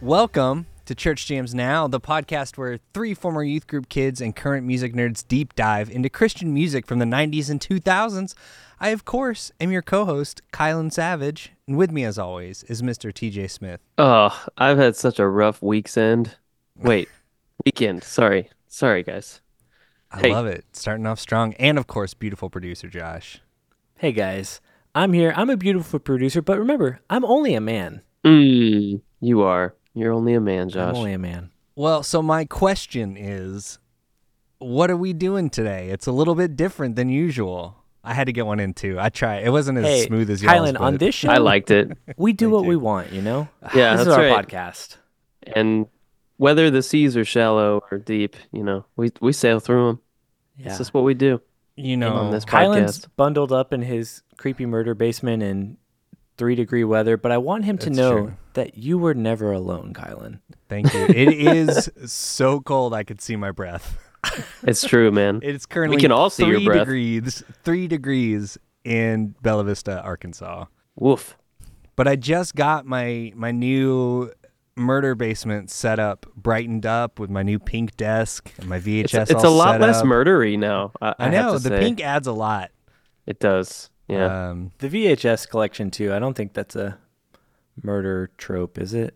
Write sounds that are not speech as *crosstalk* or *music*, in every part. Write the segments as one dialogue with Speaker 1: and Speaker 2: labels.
Speaker 1: Welcome to Church Jams Now, the podcast where three former youth group kids and current music nerds deep dive into Christian music from the 90s and 2000s. I, of course, am your co host, Kylan Savage, and with me, as always, is Mr. TJ Smith.
Speaker 2: Oh, I've had such a rough week's end.
Speaker 1: *laughs*
Speaker 2: Wait, weekend. Sorry. Sorry, guys.
Speaker 1: I
Speaker 2: Hey.
Speaker 1: love it. Starting off strong. And, of course, beautiful producer Josh.
Speaker 3: Hey guys, I'm here. I'm a beautiful producer, but remember, I'm only a man.
Speaker 2: Mm, you are. You're only a man,
Speaker 3: I'm
Speaker 2: Josh.
Speaker 1: Oh,
Speaker 3: only a man.
Speaker 1: Well, so my question is what are we doing today? It's a little bit different than usual. I had to get one in too. I try. It wasn't as
Speaker 3: hey,
Speaker 1: smooth as yours.
Speaker 3: Kylan, on this show,
Speaker 2: I
Speaker 1: *laughs*
Speaker 2: liked it.
Speaker 3: we do what
Speaker 1: you.
Speaker 3: we want, you know?
Speaker 2: *sighs* Yeah,
Speaker 3: this
Speaker 2: that's
Speaker 3: is our
Speaker 2: right.
Speaker 3: podcast.
Speaker 2: And whether the seas are shallow or deep, you know, we we sail through them.
Speaker 3: Yeah.
Speaker 2: It's just what we do.
Speaker 1: you
Speaker 2: Came
Speaker 1: know,
Speaker 2: on this
Speaker 3: Kylan's
Speaker 2: podcast.
Speaker 3: bundled up in his creepy murder basement in three degree weather, but I want him to
Speaker 1: That's
Speaker 3: know
Speaker 1: true.
Speaker 3: that you were never alone, Kylan.
Speaker 1: Thank you. It is so cold I could see my breath.
Speaker 2: It's true,
Speaker 1: *laughs*
Speaker 2: man.
Speaker 1: It's currently
Speaker 2: can all see your
Speaker 1: three
Speaker 2: breath.
Speaker 1: degrees, three degrees in Bella Vista, Arkansas.
Speaker 2: Woof.
Speaker 1: But I just got my my new murder basement set up, brightened up with my new pink desk and my VHS.
Speaker 2: It's, it's a
Speaker 1: all
Speaker 2: lot
Speaker 1: set
Speaker 2: less
Speaker 1: up.
Speaker 2: murdery now. I,
Speaker 1: I
Speaker 2: I have
Speaker 1: know
Speaker 2: to
Speaker 1: the
Speaker 2: say.
Speaker 1: pink adds a lot.
Speaker 2: It does. Yeah.
Speaker 1: Um,
Speaker 3: The VHS collection, too, I don't think that's a murder trope, is it?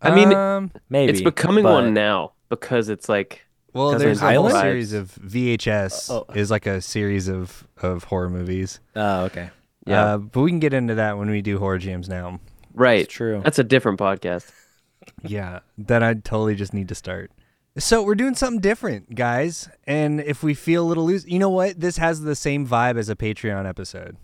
Speaker 2: I mean,
Speaker 1: um,
Speaker 3: Maybe.
Speaker 2: it's becoming
Speaker 3: but-
Speaker 2: one now because it's like
Speaker 1: well,
Speaker 3: Cousin
Speaker 1: there's a whole
Speaker 3: Island?
Speaker 1: series of VHS
Speaker 3: Oh.
Speaker 1: is like a series of of horror movies.
Speaker 3: Oh, okay.
Speaker 2: Yeah.
Speaker 1: Uh, but we can get into that when we do horror jams now.
Speaker 2: right.
Speaker 3: true.
Speaker 2: That's a different podcast.
Speaker 1: Yeah, then I totally just need to start. So we're doing something different, guys. And if we feel a little loose, you know what? This has the same vibe as a Patreon episode,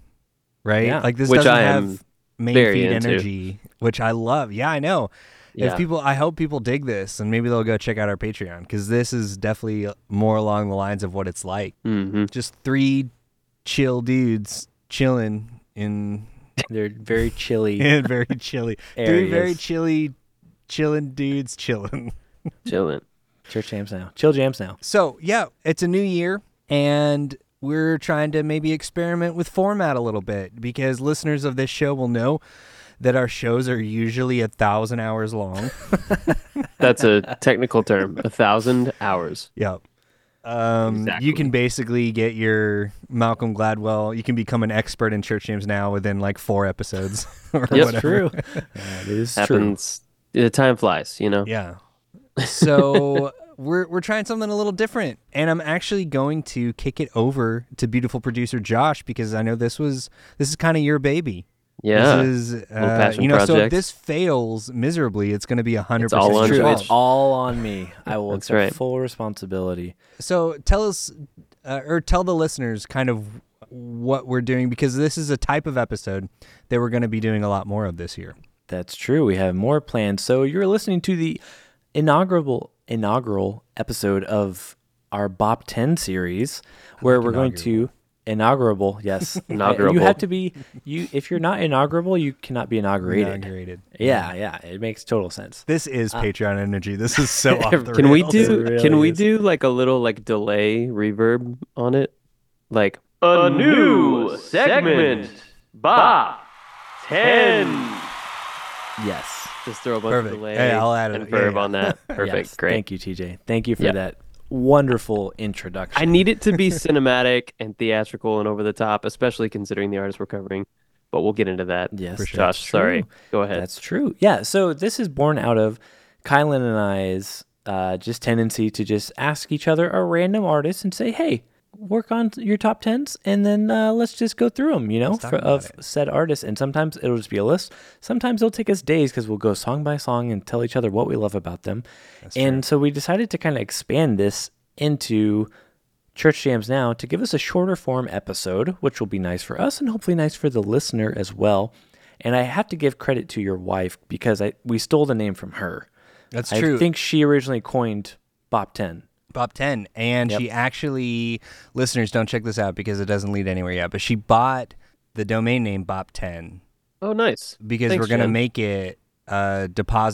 Speaker 1: right?
Speaker 3: Yeah.
Speaker 1: Like this
Speaker 2: Which
Speaker 1: doesn't
Speaker 2: I am
Speaker 1: have main
Speaker 2: very
Speaker 1: feed
Speaker 2: into.
Speaker 1: energy, which I love. Yeah, I know. If
Speaker 2: Yeah.
Speaker 1: people, I hope people dig this, and maybe they'll go check out our Patreon because this is definitely more along the lines of what it's like.
Speaker 2: hmm
Speaker 1: Just three chill dudes chilling in *laughs*
Speaker 3: They're
Speaker 2: *laughs*
Speaker 3: very chilly.
Speaker 1: and very chilly. Three very
Speaker 3: Areas.
Speaker 1: chilly, chilling dudes chilling.
Speaker 2: Chilling.
Speaker 3: Church jams now. Chill jams now.
Speaker 1: So, yeah, it's a new year, and we're trying to maybe experiment with format a little bit because listeners of this show will know that our shows are usually a thousand hours
Speaker 2: *laughs*
Speaker 1: long. *laughs*
Speaker 2: That's a technical term. A thousand hours.
Speaker 1: yep. Um,
Speaker 2: Exactly.
Speaker 1: You can basically get your Malcolm Gladwell. You can become an expert in church names now within like four episodes. *laughs* or
Speaker 2: Yep.
Speaker 1: whatever.
Speaker 3: True. That is true.
Speaker 2: Happens. The time flies, you know.
Speaker 1: Yeah. So we're we're trying something a little different, and I'm actually going to kick it over to beautiful producer Josh because I know this was this is kind of your baby.
Speaker 2: Yeah.
Speaker 1: This is uh,
Speaker 2: passion
Speaker 1: you know. So if
Speaker 2: project.
Speaker 1: this fails miserably, it's going to be hundred
Speaker 2: It's all
Speaker 1: percent
Speaker 2: on
Speaker 1: your
Speaker 3: True.
Speaker 1: fault.
Speaker 3: It's all on me. I will
Speaker 2: That's
Speaker 3: accept
Speaker 2: right.
Speaker 3: full responsibility.
Speaker 1: So tell us, uh, or tell the listeners, kind of what we're doing because this is a type of episode that we're going to be doing a lot more of this year.
Speaker 3: That's true. We have more planned. So you're listening to the inaugural inaugural episode of our Bop 10 series where we're going to inaugurable.
Speaker 2: *laughs*
Speaker 3: Yes. You
Speaker 2: Inaugurable.
Speaker 3: have to be you if you're not inaugurable, you cannot be inaugurated.
Speaker 1: Inaugurated.
Speaker 3: Yeah, yeah. It makes total sense.
Speaker 1: This is Patreon energy. This is
Speaker 2: *laughs*
Speaker 1: so off the rails.
Speaker 2: Uh, Can we do
Speaker 3: It
Speaker 2: can
Speaker 3: really
Speaker 2: we
Speaker 3: is.
Speaker 2: do like a little like delay reverb on it? Like a new segment. Bah 10.
Speaker 3: Yes.
Speaker 2: Just throw a bunch
Speaker 1: Perfect.
Speaker 2: of delay
Speaker 1: Hey, I'll add it.
Speaker 2: and
Speaker 1: Yeah,
Speaker 2: verb
Speaker 1: yeah. *laughs*
Speaker 2: on that. Perfect.
Speaker 3: Yes.
Speaker 2: Great.
Speaker 3: Thank you, TJ. Thank you for
Speaker 2: Yeah.
Speaker 3: that wonderful introduction.
Speaker 2: I need it to be cinematic and theatrical and over the top, especially considering the artist we're covering. But we'll get into that.
Speaker 3: Yes, For sure.
Speaker 2: Josh,
Speaker 3: that's
Speaker 2: sorry.
Speaker 3: true.
Speaker 2: Go ahead.
Speaker 3: That's true. Yeah. So this is born out of Kylan and I's uh, just tendency to just ask each other a random artist and say, "Hey, work on your top tens, and then uh, let's just go through them." You know, for,
Speaker 1: about
Speaker 3: of said artists. And sometimes it'll just be a list. Sometimes it'll take us days because we'll go song by song and tell each other what we love about them. and so we decided to kind of expand this into. Church Jams Now to give us a shorter form episode, which will be nice for us and hopefully nice for the listener as well. And I have to give credit to your wife because I we stole the name from her.
Speaker 1: That's
Speaker 3: I
Speaker 1: true.
Speaker 3: think she originally coined Bop 10.
Speaker 1: Bop 10. And she actually, listeners, don't check this out because it doesn't lead anywhere yet, but she bought the domain name Bop 10
Speaker 2: oh, nice.
Speaker 1: because
Speaker 2: Thanks,
Speaker 1: we're going to
Speaker 2: Jen.
Speaker 1: make it a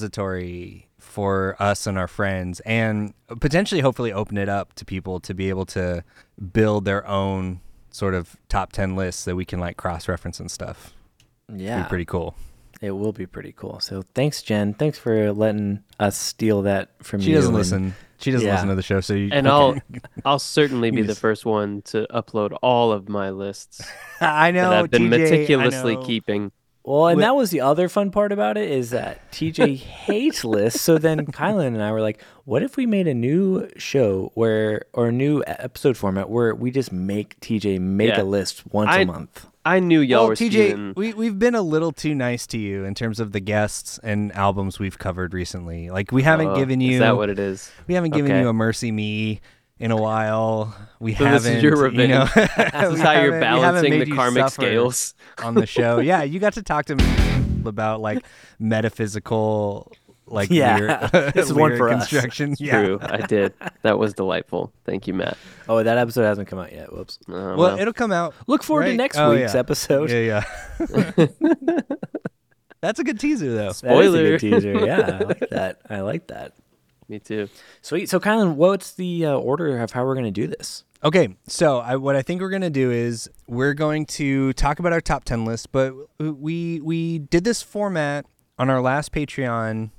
Speaker 1: depository for us and our friends and potentially, hopefully, open it up to people to be able to build their own sort of top 10 lists that we can like cross reference and stuff.
Speaker 3: Yeah.
Speaker 1: Be pretty cool.
Speaker 3: It will be pretty cool. So thanks, Jen. Thanks for letting us steal that from
Speaker 1: She
Speaker 3: you.
Speaker 1: doesn't
Speaker 3: and-
Speaker 1: listen. She doesn't
Speaker 3: Yeah.
Speaker 1: listen to the show, so you
Speaker 2: And
Speaker 1: okay.
Speaker 2: I'll I'll certainly be the
Speaker 1: Yes.
Speaker 2: first one to upload all of my lists
Speaker 1: *laughs* I know
Speaker 2: that I've been
Speaker 1: TJ, I
Speaker 2: meticulously
Speaker 1: know.
Speaker 2: keeping.
Speaker 3: Well, and
Speaker 1: Wi-
Speaker 3: that was the other fun part about it is that
Speaker 1: *laughs*
Speaker 3: TJ hates lists. So then Kylan and I were like, what if we made a new show where, or a new episode format where we just make TJ make
Speaker 2: Yeah.
Speaker 3: a list once a
Speaker 2: I-
Speaker 3: month?
Speaker 2: I knew y'all
Speaker 1: Well,
Speaker 2: were
Speaker 1: TJ,
Speaker 2: stealing-
Speaker 1: we we've been a little too nice to you in terms of the guests and albums we've covered recently. Like we haven't
Speaker 2: Oh,
Speaker 1: given you
Speaker 2: Is that what it is?
Speaker 1: we haven't given
Speaker 2: okay.
Speaker 1: you a mercy me in a while. We
Speaker 2: So
Speaker 1: haven't.
Speaker 2: this is your
Speaker 1: You know, *laughs*
Speaker 2: revenge. *laughs* This
Speaker 1: We
Speaker 2: is how
Speaker 1: haven't- we
Speaker 2: you're
Speaker 1: haven't
Speaker 2: balancing
Speaker 1: made
Speaker 2: the
Speaker 1: you
Speaker 2: karmic
Speaker 1: suffer
Speaker 2: scales.
Speaker 1: on the
Speaker 2: *laughs*
Speaker 1: show. Yeah, you got to talk to me about like metaphysical, like
Speaker 3: Yeah.
Speaker 1: *laughs*
Speaker 2: *laughs*
Speaker 1: lyric-
Speaker 3: This is one
Speaker 1: lyric
Speaker 3: for us.
Speaker 1: construction. Yeah.
Speaker 2: True,
Speaker 1: *laughs*
Speaker 2: I did. That was delightful. Thank you, Matt.
Speaker 3: Oh, that episode hasn't come out yet. Whoops.
Speaker 2: Uh,
Speaker 1: Well, it'll come out.
Speaker 3: Look forward to
Speaker 1: right?
Speaker 3: next
Speaker 1: Oh,
Speaker 3: week's
Speaker 1: yeah.
Speaker 3: episode.
Speaker 1: Yeah, yeah.
Speaker 2: *laughs*
Speaker 1: *laughs* That's a good teaser though.
Speaker 3: *laughs* That is a
Speaker 2: Spoiler.
Speaker 3: good teaser.
Speaker 1: *laughs*
Speaker 3: Yeah, I like that. I like that.
Speaker 2: me too.
Speaker 3: Sweet. So, Kylan, what's the uh, order of how we're going to do this?
Speaker 1: Okay, so I, what I think we're gonna do is we're going to talk about our top ten list, but we we did this format on our last Patreon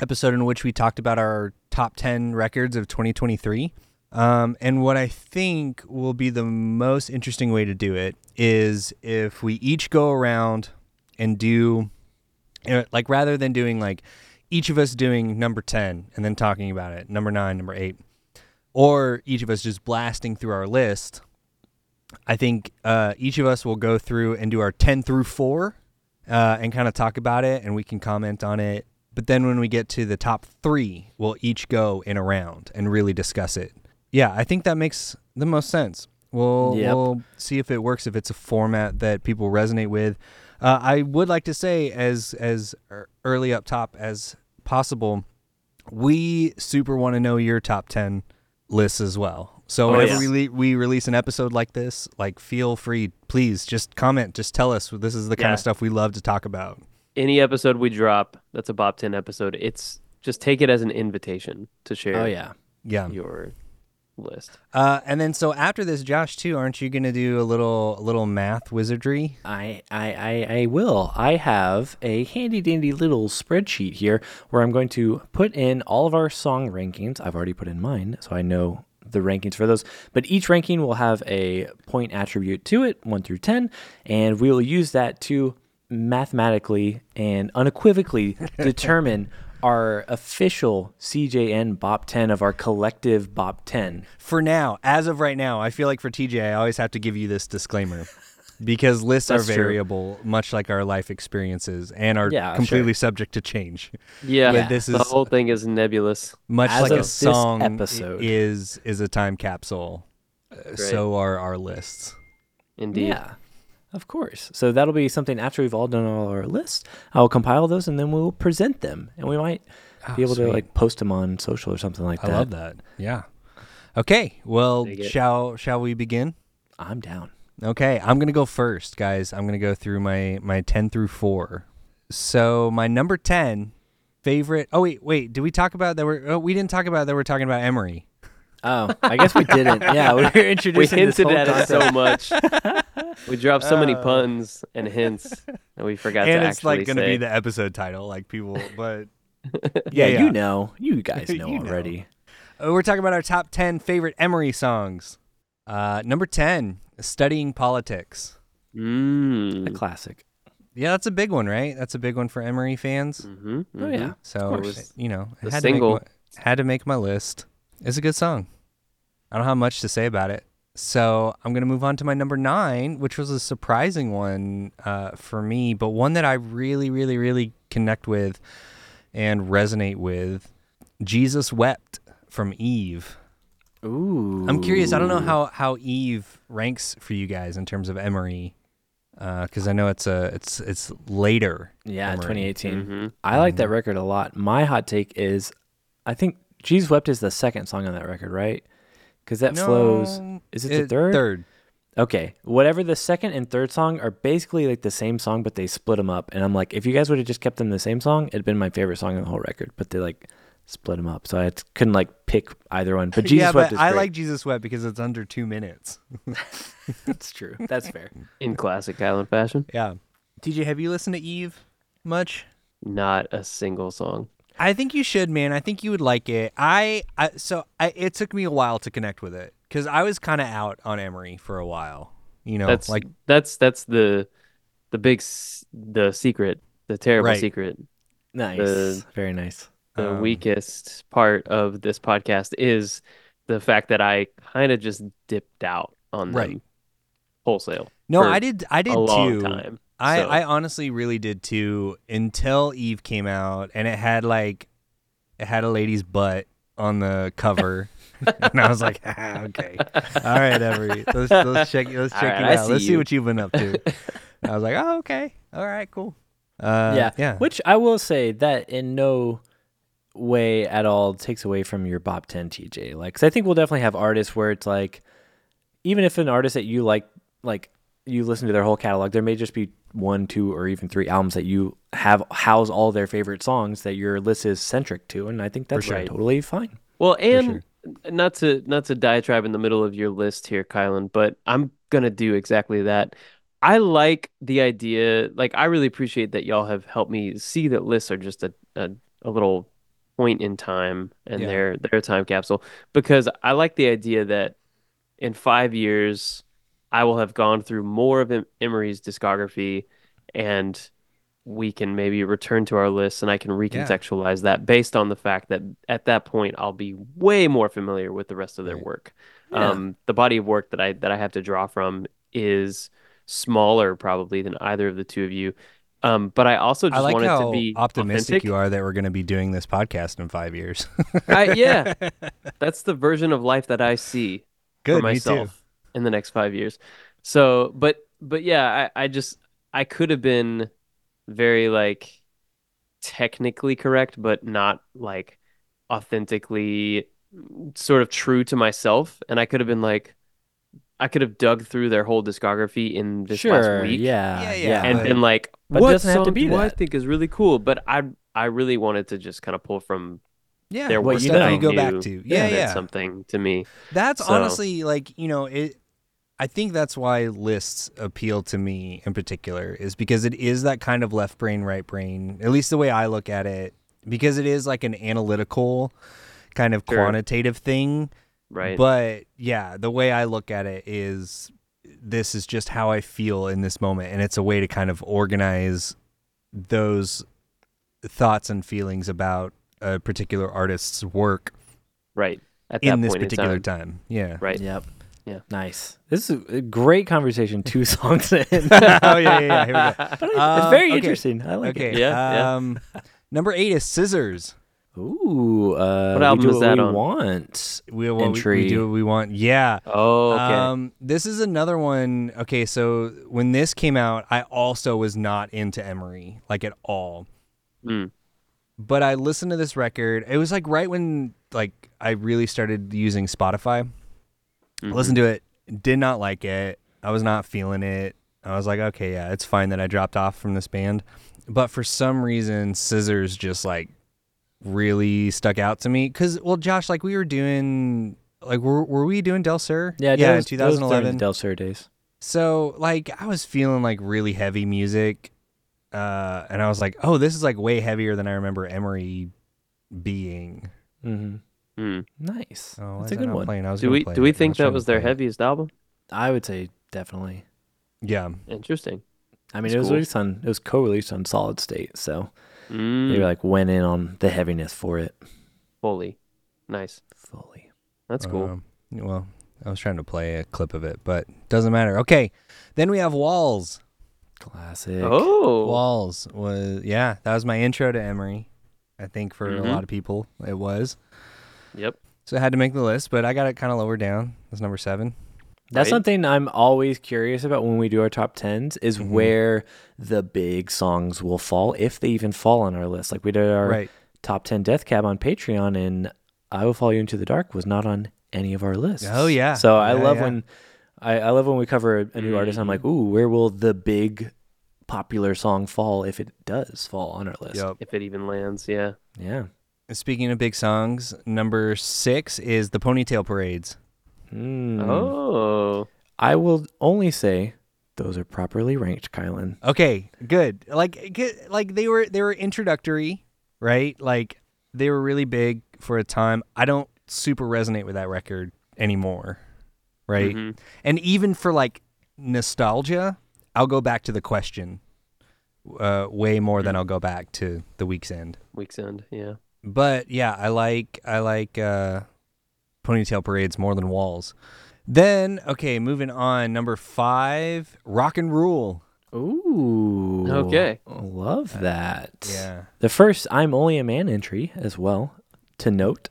Speaker 1: episode in which we talked about our top ten records of 2023. Um, and what I think will be the most interesting way to do it is if we each go around and do you know, like rather than doing like each of us doing number 10 and then talking about it number 9 number 8 or each of us just blasting through our list i think uh, each of us will go through and do our 10 through 4 uh, and kind of talk about it and we can comment on it but then when we get to the top three we'll each go in a round and really discuss it yeah i think that makes the most sense we'll,
Speaker 3: Yep.
Speaker 1: we'll see if it works if it's a format that people resonate with uh, i would like to say as as er- early up top as possible we super want to know your top 10 lists as well. So
Speaker 3: Oh,
Speaker 1: whenever
Speaker 3: yes.
Speaker 1: we, le- we release an episode like this, like feel free, please just comment, just tell us this is the kind
Speaker 2: Yeah.
Speaker 1: of stuff we love to talk about.
Speaker 2: Any episode we drop that's a Bob Ten episode, it's just take it as an invitation to share
Speaker 3: Oh, yeah.
Speaker 1: Yeah.
Speaker 2: your list.
Speaker 1: Uh, and then so after this, Josh, too, aren't you gonna do a little a little math wizardry?
Speaker 3: I, I, I, I will. I have a handy dandy little spreadsheet here where I'm going to put in all of our song rankings. I've already put in mine, so I know the rankings for those. But each ranking will have a point attribute to it, one through 10, and we will use that to mathematically and unequivocally determine our official CJN BOP 10 of our collective BOP 10.
Speaker 1: For now, as of right now, I feel like for TJ, I always have to give you this
Speaker 3: *laughs*
Speaker 1: disclaimer. Because lists
Speaker 3: That's
Speaker 1: are
Speaker 3: true.
Speaker 1: variable, much like our life experiences, and are
Speaker 3: Yeah,
Speaker 1: completely subject to change.
Speaker 2: Yeah,
Speaker 1: But this
Speaker 2: the
Speaker 1: is-
Speaker 2: whole thing is nebulous.
Speaker 1: much
Speaker 3: As
Speaker 1: like
Speaker 3: of
Speaker 1: a
Speaker 3: this
Speaker 1: song i-
Speaker 3: episode.
Speaker 1: is is a time capsule uh, so are our lists
Speaker 2: Indeed.
Speaker 3: Yeah, of course. So that'll be something after we've all done all our lists. I'll compile those and then we'll present them, and we might be able to
Speaker 1: sweet.
Speaker 3: like post them on social or something like that.
Speaker 1: i love that yeah okay well
Speaker 2: Dig it.
Speaker 1: shall shall we begin
Speaker 3: I'm down.
Speaker 1: okay i'm gonna go first guys i'm gonna go through my my 10 through 4 so my number 10 favorite oh wait wait did we talk about that we're oh, we didn't talk about that we're talking about emery
Speaker 3: Oh, I guess we didn't. *laughs* Yeah, we were
Speaker 2: We
Speaker 3: introducing this
Speaker 2: hinted
Speaker 3: whole
Speaker 2: at it
Speaker 3: concept.
Speaker 2: so
Speaker 1: *laughs*
Speaker 2: much. we dropped so many puns and hints that we forgot
Speaker 1: Uh, and
Speaker 2: to
Speaker 1: it's
Speaker 2: actually
Speaker 1: like gonna
Speaker 2: say.
Speaker 1: be the episode title like people but
Speaker 2: *laughs*
Speaker 3: Yeah,
Speaker 1: yeah.
Speaker 3: you know, *laughs* you guys know
Speaker 1: You know.
Speaker 3: already.
Speaker 1: Uh, We're talking about our top 10 favorite Emery songs. Uh, number 10, Studying Politics.
Speaker 3: A Mm-hmm.
Speaker 2: Mm.
Speaker 3: classic.
Speaker 1: Yeah, that's a big one, right? That's a big one for Emery fans.
Speaker 2: hmm
Speaker 3: Oh yeah,
Speaker 1: So,
Speaker 3: course.
Speaker 1: it- you know, I
Speaker 2: The
Speaker 1: had,
Speaker 2: single.
Speaker 1: To make my, had to make my list. It's a good song. I don't have much to say about it. So I'm going to move on to my number nine, which was a surprising one uh, for me, but one that I really, really, really connect with and resonate with. Jesus Wept from Eve.
Speaker 3: Ooh.
Speaker 1: I'm curious. I don't know how how Eve ranks for you guys in terms of Emery, because I know it's a it's it's later.
Speaker 3: Yeah,
Speaker 1: Emery.
Speaker 3: 2018.
Speaker 2: hmm
Speaker 3: I like that record a lot. My hot take is, I think "Jesus Wept" is the second song on that record, right? Because that flows.
Speaker 1: No,
Speaker 3: Is it the third?
Speaker 1: Third.
Speaker 3: Okay, whatever the second and third song are basically like the same song, but they split them up. And I'm like, if you guys would have just kept them the same song, it'd been my favorite song on the whole record. But they like split them up, so I had- couldn't like pick either one. But
Speaker 1: *laughs*
Speaker 3: Jesus
Speaker 1: yeah,
Speaker 3: Wept
Speaker 1: but
Speaker 3: is
Speaker 1: I
Speaker 3: great.
Speaker 1: like Jesus Wept because it's under two minutes. *laughs*
Speaker 3: that's true. That's fair.
Speaker 2: In classic Island fashion.
Speaker 1: Yeah. TJ, have you listened to Eve? much?
Speaker 2: Not a single song.
Speaker 1: I think you should, man. I think you would like it. I, I so I, it took me a while to connect with it because I was kind of out on Emery for a while. You know,
Speaker 2: That's
Speaker 1: Oh, like
Speaker 2: like that's that's the the big s- the secret, the terrible
Speaker 1: Right.
Speaker 2: secret,
Speaker 3: Nice. Very nice.
Speaker 2: the
Speaker 1: Um,
Speaker 2: weakest part of this podcast is the fact that I kind of just dipped out on them
Speaker 1: Right.
Speaker 2: wholesale.
Speaker 1: no,
Speaker 2: for
Speaker 1: I did. I did
Speaker 2: a long
Speaker 1: too.
Speaker 2: time.
Speaker 1: I,
Speaker 2: So-
Speaker 1: I honestly really did too until Eve came out and it had like it had a lady's butt on the
Speaker 2: *laughs*
Speaker 1: cover. and I was like, ah, okay. All right, Every. Let's let's check let's
Speaker 2: All
Speaker 1: check
Speaker 2: right,
Speaker 1: you
Speaker 2: I
Speaker 1: out.
Speaker 2: see
Speaker 1: let's see
Speaker 2: you.
Speaker 1: what you've been up
Speaker 2: *laughs*
Speaker 1: to. I was like, Oh, okay. All right, cool. Uh
Speaker 3: yeah.
Speaker 1: yeah.
Speaker 3: Which I will say that in no way at all takes away from your Bob 10 TJ. Like, 'cause I think we'll definitely have artists where it's like, even if an artist that you like, like you listen to their whole catalog, there may just be one, two, or even three albums that you have house all their favorite songs that your list is centric to. And I think that's
Speaker 2: sure.
Speaker 3: totally fine.
Speaker 2: Well, and not to not to diatribe in the middle of your list here, Kylan, but I'm gonna do exactly that. I like the idea. Like, I really appreciate that y'all have helped me see that lists are just a a, a little point in time and
Speaker 1: Yeah.
Speaker 2: their their time capsule because I like the idea that in five years I will have gone through more of em- Emery's discography and we can maybe return to our list and I can recontextualize that based on the fact that at that point I'll be way more familiar with the rest of their
Speaker 1: Right.
Speaker 2: work.
Speaker 3: Yeah.
Speaker 2: Um, the body of work that I that I have to draw from is smaller probably than either of the two of you. Um, but I also just
Speaker 1: I like
Speaker 2: wanted
Speaker 1: how
Speaker 2: to be
Speaker 1: optimistic
Speaker 2: authentic.
Speaker 1: you are that we're gonna be doing this podcast in five years. *laughs*
Speaker 2: I, yeah, that's the version of life that I see
Speaker 1: Good,
Speaker 2: for
Speaker 1: me too.
Speaker 2: myself in the next five years. So, but but yeah, I, I just I could have been very like technically correct, but not like authentically sort of true to myself. And I could have been like, I could have dug through their whole discography in this last week
Speaker 3: Yeah.
Speaker 1: Yeah,
Speaker 3: Yeah.
Speaker 1: yeah.
Speaker 2: and
Speaker 1: but-
Speaker 2: been like,
Speaker 3: but it
Speaker 2: what
Speaker 3: doesn't have to
Speaker 2: song
Speaker 3: be
Speaker 2: do I
Speaker 3: that.
Speaker 2: think is really cool? But I I really wanted to just kind of pull from
Speaker 1: Yeah,
Speaker 2: their
Speaker 3: what
Speaker 2: work
Speaker 3: you
Speaker 2: that
Speaker 3: know.
Speaker 2: I
Speaker 1: you go back
Speaker 2: knew
Speaker 1: to. Yeah,
Speaker 2: meant
Speaker 1: yeah.
Speaker 2: something to me.
Speaker 1: That's
Speaker 2: So-
Speaker 1: honestly like, you know, it I think that's why lists appeal to me in particular is because it is that kind of left brain right brain, at least the way I look at it, because it is like an analytical kind of
Speaker 2: Sure.
Speaker 1: quantitative thing.
Speaker 2: Right.
Speaker 1: But yeah, the way I look at it is this is just how I feel in this moment and it's a way to kind of organize those thoughts and feelings about a particular artist's work
Speaker 2: right. At that
Speaker 1: in this
Speaker 2: point
Speaker 1: particular
Speaker 2: in time.
Speaker 1: time. Yeah.
Speaker 2: Right.
Speaker 3: Yep.
Speaker 2: Yeah.
Speaker 3: Nice. This is a great conversation. Two *laughs*
Speaker 1: *laughs*
Speaker 3: songs in.
Speaker 1: oh yeah, yeah, yeah. Here we go.
Speaker 2: *laughs*
Speaker 3: But I-
Speaker 1: Um,
Speaker 3: it's very
Speaker 1: okay.
Speaker 3: interesting. I like
Speaker 1: Okay.
Speaker 3: it.
Speaker 2: Yeah, yeah.
Speaker 1: Um, number eight is Scissors.
Speaker 3: Ooh, uh,
Speaker 2: What
Speaker 3: we
Speaker 2: album
Speaker 3: do
Speaker 2: is
Speaker 3: what
Speaker 2: that
Speaker 3: we
Speaker 2: on?
Speaker 3: Want.
Speaker 1: We, what we, we
Speaker 3: Entry.
Speaker 1: do what we want. Yeah.
Speaker 2: Oh, okay.
Speaker 1: Um, this is another one. Okay, so when this came out, I also was not into Emery like at all.
Speaker 2: Mm.
Speaker 1: But I listened to this record. It was like right when like I really started using Spotify.
Speaker 2: Mhm.
Speaker 1: Listened to it. Did not like it. I was not feeling it. I was like, okay, yeah, it's fine that I dropped off from this band. But for some reason, Scissors just like really stuck out to me. Cause well, Josh, like we were doing, like were, were we doing Del Sur?
Speaker 3: Yeah,
Speaker 1: yeah, in
Speaker 3: those- those during the
Speaker 1: 2011.
Speaker 3: Del Sur days.
Speaker 1: So like I was feeling like really heavy music, uh, and I was like, oh, this is like way heavier than I remember Emery being.
Speaker 3: hmm
Speaker 2: Mm.
Speaker 3: Nice.
Speaker 1: Oh, why is
Speaker 3: That's a
Speaker 1: that
Speaker 3: good
Speaker 1: not
Speaker 3: one.
Speaker 1: Playing? I was
Speaker 2: Do
Speaker 1: gonna
Speaker 2: we
Speaker 1: play
Speaker 2: do
Speaker 1: it.
Speaker 2: we
Speaker 1: I
Speaker 2: think
Speaker 1: trying
Speaker 2: that
Speaker 1: to
Speaker 2: was their
Speaker 1: play it.
Speaker 2: heaviest album?
Speaker 3: I would say definitely.
Speaker 1: Yeah,
Speaker 2: Interesting.
Speaker 3: I mean,
Speaker 2: That's
Speaker 3: it was
Speaker 2: cool.
Speaker 3: released on it was co-released on Solid State, so
Speaker 2: Mm.
Speaker 3: they like went in on the heaviness for it
Speaker 2: Fully. Nice.
Speaker 3: fully.
Speaker 2: That's cool.
Speaker 1: Um, well, I was trying to play a clip of it, but doesn't matter. Okay, then we have Walls.
Speaker 3: Classic.
Speaker 2: oh.
Speaker 1: Walls was yeah, that was my intro to Emery. I think for
Speaker 2: Mhm.
Speaker 1: a lot of people it was.
Speaker 2: Yep.
Speaker 1: So I had to make the list, but I got it kind of lower down. That's number seven.
Speaker 3: That's
Speaker 2: Right?
Speaker 3: something I'm always curious about when we do our top tens is
Speaker 1: Mhm.
Speaker 3: where the big songs will fall, if they even fall on our list. Like we did our
Speaker 1: Right.
Speaker 3: top ten death cab on Patreon, and I will follow you into the dark was not on any of our lists.
Speaker 1: Oh, yeah.
Speaker 3: So I
Speaker 1: Yeah,
Speaker 3: love
Speaker 1: yeah. Mm.
Speaker 3: when I, I love when we cover a, a new artist. I'm like, ooh, where will the big popular song fall if it does fall on our list?
Speaker 1: Yep.
Speaker 2: If it even lands, yeah.
Speaker 3: Yeah.
Speaker 1: Speaking of big songs, number six is the Ponytail Parades.
Speaker 3: Hmm.
Speaker 2: Oh.
Speaker 3: I will Hmm. only say Those are properly ranked, Kylan.
Speaker 1: Okay, good. Like g- like they were they were introductory, right? Like they were really big for a time. I don't super resonate with that record anymore. Right?
Speaker 2: Mhm.
Speaker 1: And even for like nostalgia, I'll go back to the question uh way more than I'll go back to the week's end.
Speaker 2: Week's end. Yeah.
Speaker 1: But yeah, I like I like uh ponytail parades more than walls. Then okay, moving on. Number five, rock and rule.
Speaker 3: Ooh.
Speaker 2: Okay.
Speaker 3: Love that.
Speaker 1: Uh, Yeah,
Speaker 3: The first I'm Only a Man entry as well to note.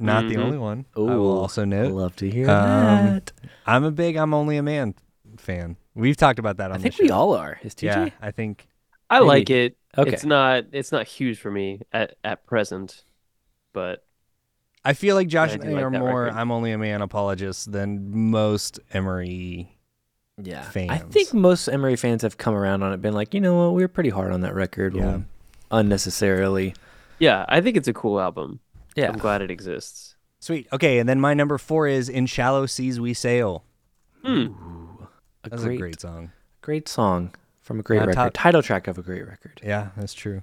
Speaker 1: not the
Speaker 2: Mhm.
Speaker 1: only one. I will
Speaker 3: Mm-hmm. Ooh. uh,
Speaker 1: also note.
Speaker 3: Love to hear
Speaker 1: Um,
Speaker 3: that.
Speaker 1: I'm a big I'm only a man fan. We've talked about that on
Speaker 3: I think
Speaker 1: the show.
Speaker 3: we all are. Is TJ?
Speaker 1: yeah, I think
Speaker 2: I
Speaker 3: Maybe.
Speaker 2: like it.
Speaker 3: Okay.
Speaker 2: It's not it's not huge for me at, at present, but
Speaker 1: I feel like Josh
Speaker 2: Yeah, I
Speaker 1: and
Speaker 2: do
Speaker 1: I
Speaker 2: like
Speaker 1: are
Speaker 2: that
Speaker 1: more
Speaker 2: record.
Speaker 1: I'm only a man apologists than most Emery.
Speaker 3: yeah. I
Speaker 1: fans.
Speaker 3: think most Emery fans have come around on it, been like, you know what, we were pretty hard on that record
Speaker 1: Yeah.
Speaker 3: when- unnecessarily.
Speaker 2: yeah, I think it's a cool album.
Speaker 3: Yeah.
Speaker 2: I'm glad it exists.
Speaker 1: Sweet. Okay, and then my number four is In Shallow Seas We Sail.
Speaker 2: Hmm.
Speaker 3: A
Speaker 1: That's
Speaker 3: great,
Speaker 1: a
Speaker 3: great
Speaker 1: great song.
Speaker 3: song from a great
Speaker 1: My
Speaker 3: record.
Speaker 1: top-
Speaker 3: Title track of a great record.
Speaker 1: Yeah, that's true.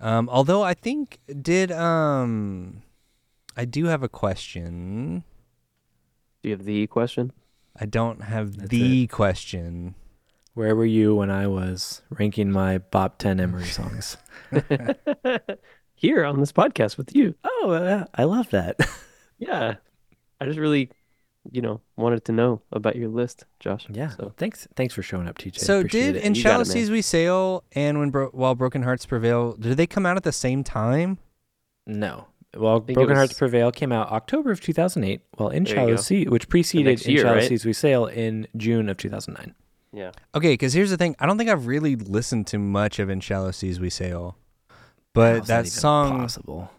Speaker 1: Um, although I think did um, I do have a question.
Speaker 2: Do you have the question?
Speaker 1: I don't have
Speaker 3: That's
Speaker 1: the question.
Speaker 3: Where were you when I was ranking my Bop 10 *laughs* Emery songs?
Speaker 2: Here on this podcast with you.
Speaker 3: oh, uh, I love that. *laughs*
Speaker 2: Yeah. I just really, you know, wanted to know about your list, Josh.
Speaker 3: yeah.
Speaker 2: So
Speaker 3: Thanks thanks for showing up, TJ.
Speaker 1: so
Speaker 3: Appreciate
Speaker 1: did
Speaker 3: it.
Speaker 1: In
Speaker 2: You got
Speaker 1: Shallow
Speaker 2: it, man.
Speaker 1: Seas We Sail and When Bro- While Broken Hearts Prevail, did they come out at the same time?
Speaker 3: No. Well,
Speaker 2: think it
Speaker 3: Broken Hearts
Speaker 2: was-
Speaker 3: Prevail came out October of 2008, while In
Speaker 2: There you
Speaker 3: Shallow
Speaker 2: go.
Speaker 3: Sea, which preceded
Speaker 2: next
Speaker 3: In
Speaker 2: year,
Speaker 3: Shallow
Speaker 2: right?
Speaker 3: Seas We Sail in June of 2009.
Speaker 2: yeah.
Speaker 1: Okay, because here's the thing: I don't think I've really listened to much of In Shallow Seas We Sail, but
Speaker 3: How's
Speaker 1: that,
Speaker 3: even
Speaker 1: song.
Speaker 3: possible.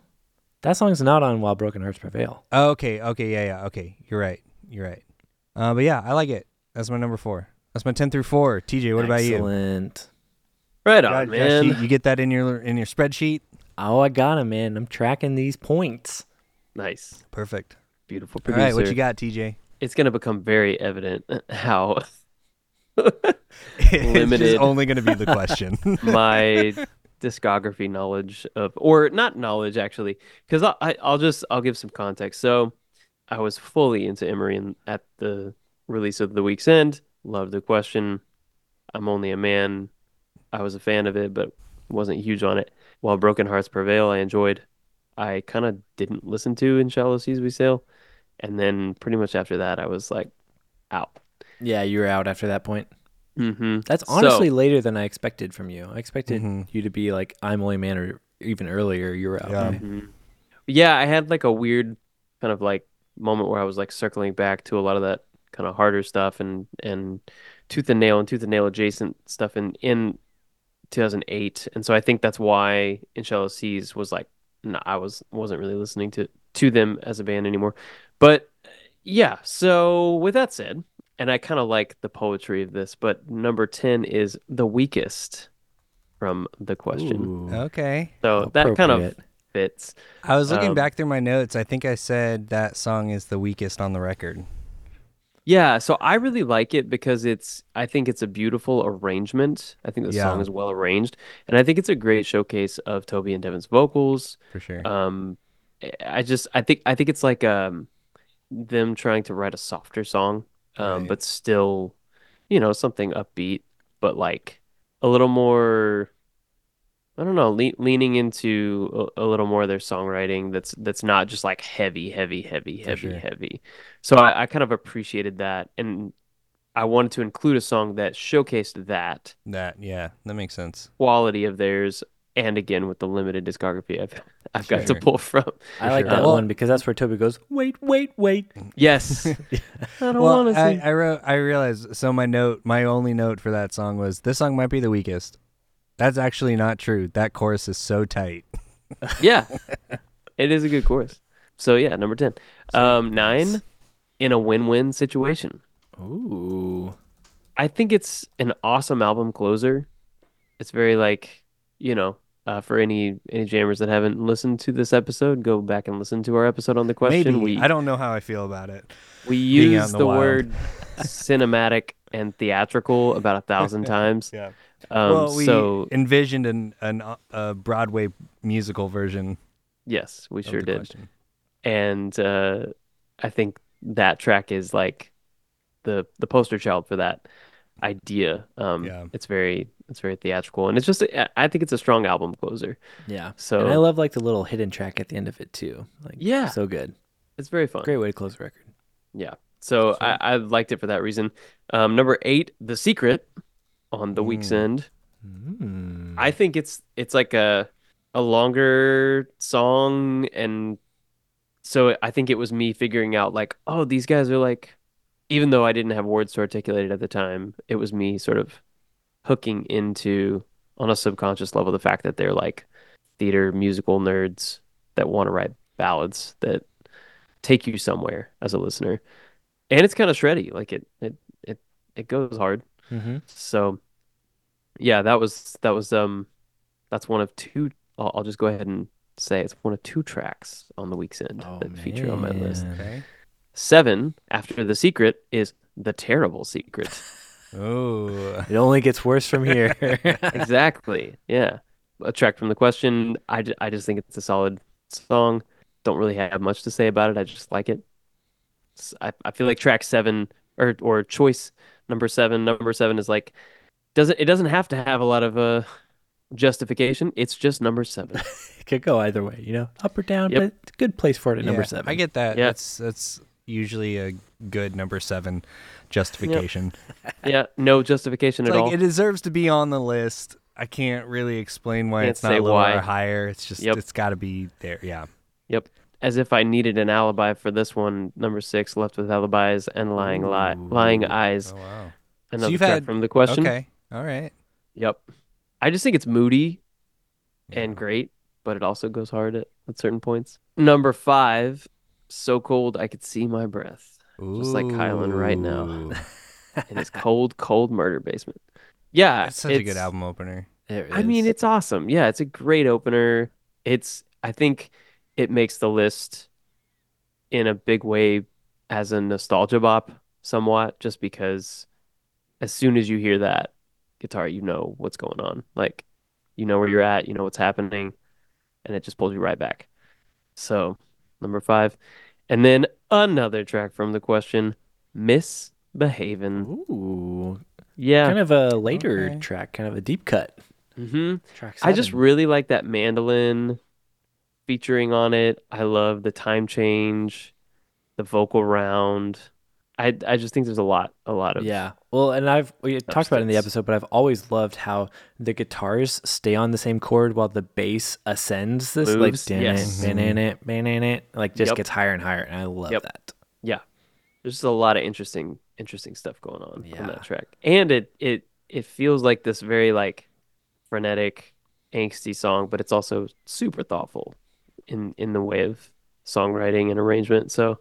Speaker 3: That song's not on While Broken Hearts Prevail.
Speaker 1: Oh, okay, okay, yeah, yeah, okay. You're right. You're right. Uh, but yeah, I like it. That's my number four. That's my ten through four. TJ, what about you?
Speaker 3: Excellent.
Speaker 2: Right on,
Speaker 1: God, Josh,
Speaker 2: man.
Speaker 1: you, you get that in your in your spreadsheet.
Speaker 3: Oh, I got him, man. I'm tracking these points.
Speaker 2: Nice.
Speaker 1: Perfect.
Speaker 2: Beautiful
Speaker 1: All
Speaker 2: producer.
Speaker 1: right, what you got, TJ?
Speaker 2: It's gonna become very evident *laughs* how
Speaker 1: *laughs* It's just
Speaker 2: Limited.
Speaker 1: only going to be
Speaker 2: *laughs*
Speaker 1: the question. *laughs*
Speaker 2: my discography knowledge of or not knowledge actually because I, I i'll just i'll give some context so i was fully into emery in, at the release of the week's end loved the question i'm only a man i was a fan of it but wasn't huge on it while broken hearts prevail i enjoyed i kind of didn't listen to in shallow seas we sail and then pretty much after that i was like out
Speaker 3: Yeah, you were out after that point.
Speaker 2: hmm
Speaker 3: That's
Speaker 2: So-
Speaker 3: honestly later than I expected from you. I expected
Speaker 1: Mhm.
Speaker 3: you to be like, I'm only man, or even earlier, you were out.
Speaker 1: Yeah.
Speaker 3: by-
Speaker 2: Mhm. Yeah, I had like a weird kind of like moment where I was like circling back to a lot of that kind of harder stuff and and tooth and nail and tooth and nail adjacent stuff in in 2008. And so I think that's why In Shallow Seas was like no, I was wasn't really listening to to them as a band anymore. But yeah, so with that said, and I kind of like the poetry of this, but number 10 is The Weakest from The Question.
Speaker 3: Ooh,
Speaker 1: okay.
Speaker 2: so that kind of
Speaker 3: appropriate.
Speaker 2: fits.
Speaker 1: I was looking
Speaker 2: Um,
Speaker 1: back through my notes. I think I said that song is the weakest on the record.
Speaker 2: Yeah, so I really like it because it's I think it's a beautiful arrangement. I think the
Speaker 1: Yeah.
Speaker 2: song is well arranged, and I think it's a great showcase of Toby and Devin's vocals.
Speaker 1: For sure.
Speaker 2: Um I- I just I think I think it's like um them trying to write a softer song, um
Speaker 1: Right.
Speaker 2: but still, you know, something upbeat, but like a little more I don't know, le leaning into a, a little more of their songwriting that's that's not just like heavy, heavy, heavy,
Speaker 1: For
Speaker 2: heavy,
Speaker 1: sure.
Speaker 2: heavy. So I, I kind of appreciated that, and I wanted to include a song that showcased that
Speaker 1: that yeah, that makes sense.
Speaker 2: quality of theirs, and again with the limited discography I've *laughs* I've got
Speaker 1: Sure.
Speaker 2: to pull from.
Speaker 3: I like
Speaker 1: sure.
Speaker 3: that
Speaker 1: Well-
Speaker 3: one because that's where Toby goes, wait, wait, wait.
Speaker 1: *laughs*
Speaker 2: Yes, I don't
Speaker 1: Well,
Speaker 2: want to
Speaker 1: I,
Speaker 2: see.
Speaker 1: I wrote. I realized. So my note, my only note for that song was this song might be the weakest. That's actually not true. That chorus is so tight.
Speaker 2: Yeah, it is a good chorus. So yeah, number ten, um, nine, in a win-win situation.
Speaker 3: Ooh.
Speaker 2: I think it's an awesome album closer. It's very like, you know, uh, for any any jammers that haven't listened to this episode, go back and listen to our episode on the question.
Speaker 1: Maybe
Speaker 2: we
Speaker 1: I don't know how I feel about it.
Speaker 2: we
Speaker 1: being out in *laughs*
Speaker 2: use
Speaker 1: the
Speaker 2: the,
Speaker 1: wild.
Speaker 2: word cinematic and theatrical about a
Speaker 1: *laughs*
Speaker 2: thousand times.
Speaker 1: Yeah.
Speaker 2: Um,
Speaker 1: well, we
Speaker 2: so
Speaker 1: envisioned an an uh, uh, Broadway musical version.
Speaker 2: yes, we
Speaker 1: of
Speaker 2: sure
Speaker 1: the
Speaker 2: did.
Speaker 1: question.
Speaker 2: and uh, I think that track is like the the poster child for that idea. Um,
Speaker 1: Yeah.
Speaker 2: it's very it's very theatrical, and it's just I I think it's a strong album closer.
Speaker 3: Yeah.
Speaker 2: So-
Speaker 3: and I love like the little hidden track at the end of it too. Like
Speaker 2: Yeah.
Speaker 3: so good.
Speaker 2: It's very fun.
Speaker 3: Great way to close the record.
Speaker 2: Yeah, so I, I liked it for that reason. Um, number eight, The Secret, on the week's end.
Speaker 3: Mm.
Speaker 2: I think it's it's like a a longer song and so I think it was me figuring out like oh these guys are like even though I didn't have words to articulate it at the time it was me sort of hooking into on a subconscious level the fact that they're like theater musical nerds that want to write ballads that take you somewhere as a listener and it's kind of shreddy like it it it it goes hard
Speaker 3: Mhm.
Speaker 2: so, yeah, that was that was um, that's one of two. I'll, I'll just go ahead and say it's one of two tracks on the week's end
Speaker 3: Oh,
Speaker 2: that feature on my list.
Speaker 3: man.
Speaker 1: Okay.
Speaker 2: Seven after the secret is the terrible secret.
Speaker 1: Oh.
Speaker 3: It only gets worse from here. *laughs*
Speaker 2: exactly. Yeah, a track from the question. I ju- I just think it's a solid song. Don't really have much to say about it. I just like it. S- I I feel like track seven or or choice number seven. Number seven is like doesn't it doesn't have to have a lot of uh justification. It's just
Speaker 1: *laughs*
Speaker 2: number seven.
Speaker 3: it could go either way, you know, up or down,
Speaker 2: Yep.
Speaker 3: but it's a good place for it at number
Speaker 1: Yeah,
Speaker 3: seven.
Speaker 1: I get that.
Speaker 2: Yeah.
Speaker 1: That's that's usually a good number seven justification.
Speaker 2: yeah, no justification
Speaker 1: It's
Speaker 2: at
Speaker 1: like
Speaker 2: all.
Speaker 1: it deserves to be on the list. I can't really explain why
Speaker 2: Can't
Speaker 1: it's not
Speaker 2: say
Speaker 1: lower
Speaker 2: why.
Speaker 1: or higher. It's just
Speaker 2: Yep.
Speaker 1: it's got to be there. Yeah.
Speaker 2: Yep. As if I needed an alibi for this one. Number six, left with alibis and lying li- lying eyes.
Speaker 1: wow.
Speaker 2: Another
Speaker 1: you've
Speaker 2: track
Speaker 1: had-
Speaker 2: from the question.
Speaker 1: Okay. All right.
Speaker 2: Yep. I just think it's moody and great, but it also goes hard at, at certain points. Number five, so cold I could see my breath Just like Kylan right now.
Speaker 1: Ooh.
Speaker 2: in his cold, cold murder basement. Yeah,
Speaker 1: That's such a good
Speaker 2: Uh, it's-
Speaker 1: album opener.
Speaker 3: There it
Speaker 2: I mean,
Speaker 3: is.
Speaker 2: it's awesome. Yeah, it's a great opener. It's I think it makes the list in a big way as a nostalgia bop somewhat just because as soon as you hear that guitar, you know what's going on. Like you know where you're at, you know what's happening, and it just pulls you right back. So, number 5. And then another track from the question, Misbehavin'.
Speaker 3: Ooh,
Speaker 2: Yeah.
Speaker 3: kind of a later
Speaker 1: Okay.
Speaker 3: track, kind of a deep cut.
Speaker 2: mhm.
Speaker 3: Track
Speaker 2: I just
Speaker 3: seven.
Speaker 2: really like that mandolin featuring on it. I love the time change, the vocal round. I I just think there's a lot, a lot of
Speaker 3: Yeah. Well, and I've we talked about it in the
Speaker 2: Substance.
Speaker 3: episode, but I've always loved how the guitars stay on the same chord while the bass ascends this
Speaker 2: Moves,
Speaker 3: like
Speaker 2: yes.
Speaker 3: banana banana like just
Speaker 2: Yep.
Speaker 3: gets higher and higher and I love
Speaker 2: Yep.
Speaker 3: that.
Speaker 2: there's just a lot of interesting, interesting stuff going on on
Speaker 3: Yeah.
Speaker 2: that track. And it it it feels like this very like frenetic, angsty song, but it's also super thoughtful in in the way of songwriting and arrangement. So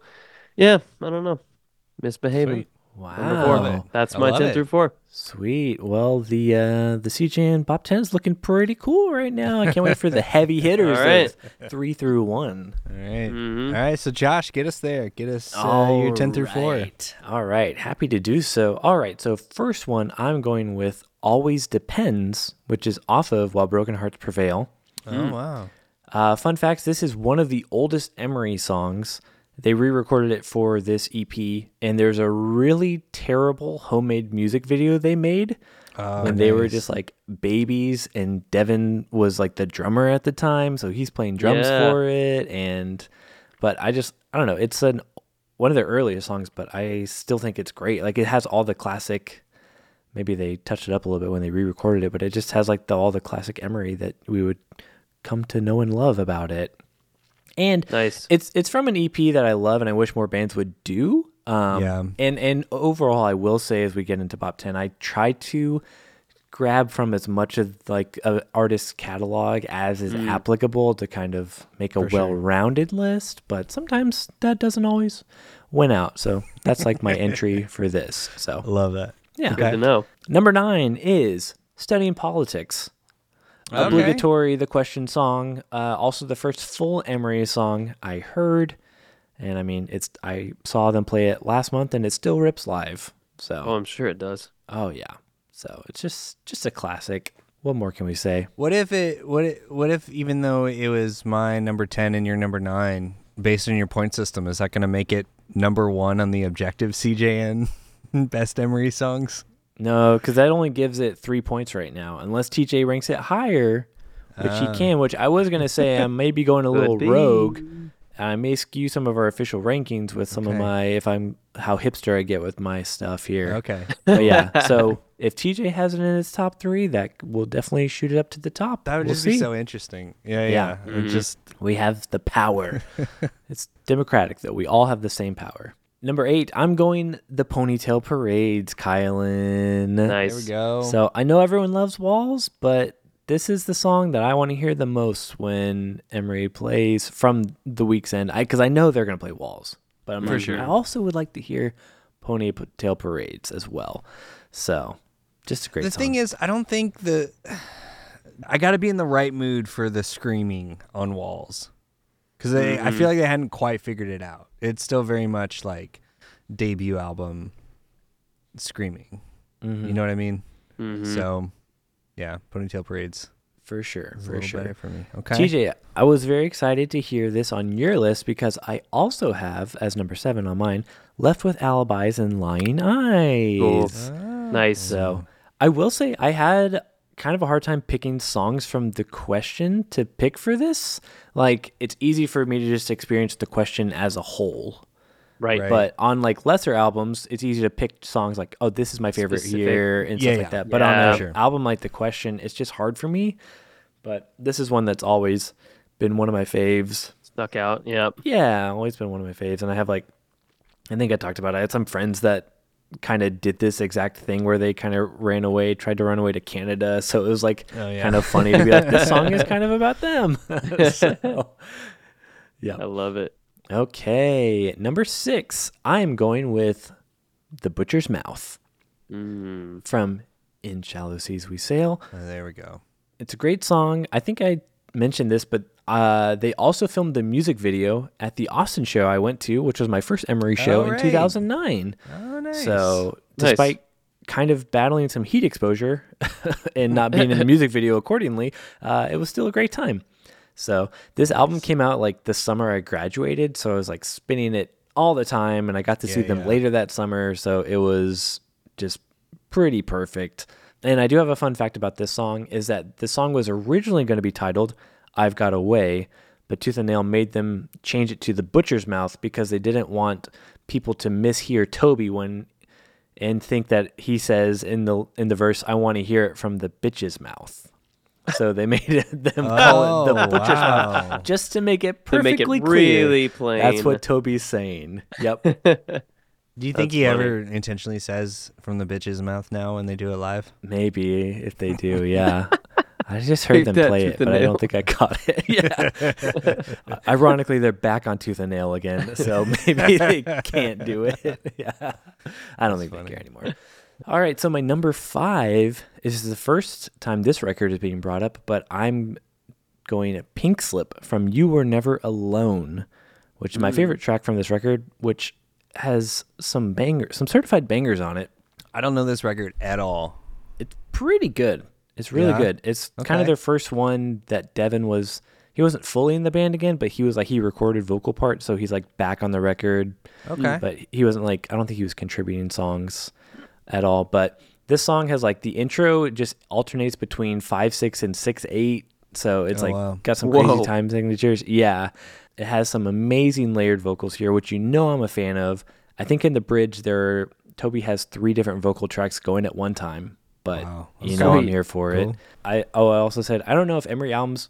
Speaker 2: yeah, I don't know, misbehaving.
Speaker 1: Sweet.
Speaker 2: Number four.
Speaker 1: Love it.
Speaker 3: Wow.
Speaker 2: That's
Speaker 1: I
Speaker 2: my
Speaker 1: love
Speaker 2: ten
Speaker 1: it.
Speaker 2: through four.
Speaker 3: Sweet. Well, the uh the CJ and Bob 10 is looking pretty cool right now. I can't wait for the heavy hitters.
Speaker 2: All right.
Speaker 3: that's 3 through 1.
Speaker 1: All right.
Speaker 2: Mhm.
Speaker 1: All right. So Josh, get us there. Get us uh, your ten through four.
Speaker 3: Alright. All right. Happy to do so. All right. So, first one I'm going with Always Depends, which is off of While Broken Hearts Prevail.
Speaker 1: Oh wow.
Speaker 3: Uh, fun facts this is one of the oldest Emery songs. They re recorded it for this EP, and there's a really terrible homemade music video they made
Speaker 1: Oh,
Speaker 3: when they were
Speaker 1: nice.
Speaker 3: just like babies, and Devin was like the drummer at the time, so he's playing drums
Speaker 2: Yeah.
Speaker 3: for it. And but I just I don't know, it's an one of their earlier songs, but I still think it's great. Like it has all the classic. Maybe they touched it up a little bit when they re-recorded it, but it just has like the, all the classic Emery that we would come to know and love about it. And
Speaker 2: Nice.
Speaker 3: it's it's from an EP that I love and I wish more bands would do. Um,
Speaker 1: Yeah.
Speaker 3: And and overall, I will say as we get into Bop Ten, I try to grab from as much of like an artist's catalog as is applicable to kind of make a well-rounded list. But sometimes that doesn't always win out. So that's like my entry for this.
Speaker 1: *laughs*
Speaker 3: So
Speaker 1: love that.
Speaker 3: yeah.
Speaker 2: Good to know.
Speaker 3: Number nine is studying politics.
Speaker 1: Okay.
Speaker 3: Obligatory the question song. Uh, also the first full Emery song I heard, and I mean it's. I saw them play it last month, and it still rips live. So
Speaker 2: Oh, I'm sure it does.
Speaker 3: oh yeah. So it's just just a classic. What more can we say?
Speaker 1: What if it? What? If, what if even though it was my number ten and your number nine, based on your point system, is that going to make it number one on the objective CJN *laughs* best Emery songs?
Speaker 3: No, because that only gives it three points right now, unless TJ ranks it higher, which
Speaker 1: Ah.
Speaker 3: he can. Which I was gonna say
Speaker 1: *laughs*
Speaker 3: I may be going a little
Speaker 2: be.
Speaker 3: rogue. I may skew some of our official rankings with some of
Speaker 1: Okay.
Speaker 3: my if I'm how hipster I get with my stuff here.
Speaker 1: Okay, *laughs*
Speaker 3: But yeah, so if TJ has it in his top three, that will definitely shoot it up to the top.
Speaker 1: that would
Speaker 3: we'll
Speaker 1: just
Speaker 3: see.
Speaker 1: be so interesting. Yeah, yeah. It would Just
Speaker 3: We have
Speaker 1: *laughs*
Speaker 3: the power. it's democratic, though. We all have the same power. Number eight, I'm going the ponytail parades, Kylan.
Speaker 2: Nice.
Speaker 1: there we go.
Speaker 3: So I know everyone loves walls, but this is the song that I want to hear the most when Emery plays from the week's end. I because I know they're gonna play walls, but I'm
Speaker 2: For
Speaker 3: like,
Speaker 2: sure.
Speaker 3: I also would like to hear ponytail parades as well. So just a great
Speaker 1: the
Speaker 3: song.
Speaker 1: thing is, I don't think the. I got to be in the right mood for the screaming on walls, because I feel like they hadn't quite figured it out. It's still very much like debut album screaming. You know what I mean? So, yeah, ponytail parades
Speaker 3: for sure,
Speaker 1: is a
Speaker 3: for
Speaker 1: little
Speaker 3: sure.
Speaker 1: better for me. Okay,
Speaker 3: TJ, I was very excited to hear this on your list because I also have, as number seven on mine, Left with Alibis and Lying Eyes.
Speaker 2: Cool.
Speaker 3: Ah,
Speaker 2: Nice.
Speaker 3: So I will say I had kind of a hard time picking songs from the question to pick for this. Like, it's easy for me to just experience the question as a whole.
Speaker 2: right.
Speaker 1: Right.
Speaker 3: But on like lesser albums, it's easy to pick songs like, oh, this is my favorite
Speaker 2: Specific.
Speaker 3: year and
Speaker 1: Yeah,
Speaker 3: stuff like
Speaker 1: yeah.
Speaker 3: that. But
Speaker 2: Yeah.
Speaker 3: on an
Speaker 1: Sure.
Speaker 3: album like The Question, it's just hard for me. But this is one that's always been one of my faves.
Speaker 2: Stuck out. Yep.
Speaker 3: Yeah, always been one of my faves. And I have like, I think I talked about it. I had some friends that kind of did this exact thing where they kind of ran away, tried to run away to Canada. *laughs* So it was like
Speaker 1: Oh, yeah.
Speaker 3: kind of funny to be like, this
Speaker 1: *laughs*
Speaker 3: song is kind of about them. *laughs* So, yeah.
Speaker 2: I love it.
Speaker 3: Okay, number six. I'm going with The Butcher's Mouth
Speaker 2: Mm.
Speaker 3: from In Shallow Seas We Sail.
Speaker 1: Uh, there we go.
Speaker 3: It's a great song. I think I mentioned this, but uh, they also filmed the music video at the Austin show I went to, which was my first Emory show
Speaker 1: Alright.
Speaker 3: in 2009.
Speaker 1: Oh, nice.
Speaker 3: So,
Speaker 2: Nice.
Speaker 3: despite kind of battling some heat exposure *laughs* and not being in the music video accordingly, uh, it was still a great time. So, this album came out like the summer I graduated. So, I was like spinning it all the time. And I got to see
Speaker 1: Yeah,
Speaker 3: them
Speaker 1: yeah.
Speaker 3: later that summer. So, it was just pretty perfect. And I do have a fun fact about this song is that the song was originally going to be titled I've Got Away, but Tooth and Nail made them change it to The Butcher's Mouth because they didn't want people to mishear Toby when and think that he says in the in the verse I want to hear it from the bitch's mouth. So they *laughs* made it, them call it the
Speaker 1: Oh,
Speaker 3: butcher's
Speaker 1: wow.
Speaker 3: mouth just to make it
Speaker 2: To
Speaker 3: perfectly
Speaker 2: make it
Speaker 3: clear.
Speaker 2: really plain.
Speaker 3: That's what Toby's saying. Yep.
Speaker 1: do you think
Speaker 2: That's
Speaker 1: he
Speaker 2: funny.
Speaker 1: ever intentionally says from the bitch's mouth now when they do it live?
Speaker 3: Maybe if they
Speaker 2: *laughs*
Speaker 3: do, yeah. I just heard
Speaker 2: Take
Speaker 3: them
Speaker 2: that,
Speaker 3: play
Speaker 2: Tooth
Speaker 3: it,
Speaker 2: and
Speaker 3: but I
Speaker 2: Nail.
Speaker 3: don't think I caught it.
Speaker 2: *laughs*
Speaker 3: yeah. *laughs* Ironically, they're back on tooth and nail
Speaker 2: *laughs*
Speaker 3: again, so maybe they can't do it. *laughs* yeah. I don't think they care anymore. All right, so my number five is the first time this record is being brought up, but I'm going at Pink Slip from You Were Never Alone, which is my
Speaker 2: Mm.
Speaker 3: favorite track from this record, which has some bangers, some certified bangers on it
Speaker 1: I don't know this record at all.
Speaker 3: it's pretty good. It's really
Speaker 1: Yeah?
Speaker 3: good. It's kind
Speaker 1: Okay.
Speaker 3: of their first one that Devin was. He wasn't fully in the band again, but he was like he recorded vocal parts, so he's like back on the record.
Speaker 1: Okay.
Speaker 3: But he wasn't like I don't think he was contributing songs at all. But this song has like the intro. It just alternates between five six and six eight. So it's
Speaker 1: Oh,
Speaker 3: like
Speaker 1: wow.
Speaker 3: got some
Speaker 2: Whoa.
Speaker 3: crazy time signatures. Yeah, it has some amazing layered vocals here, which you know I'm a fan of. I think in the bridge there, Toby has three different vocal tracks going at one time. But
Speaker 1: Wow.
Speaker 3: you know I'm
Speaker 2: Sweet.
Speaker 3: here for
Speaker 1: Cool.
Speaker 3: it. I oh I also said I don't know if Emery albums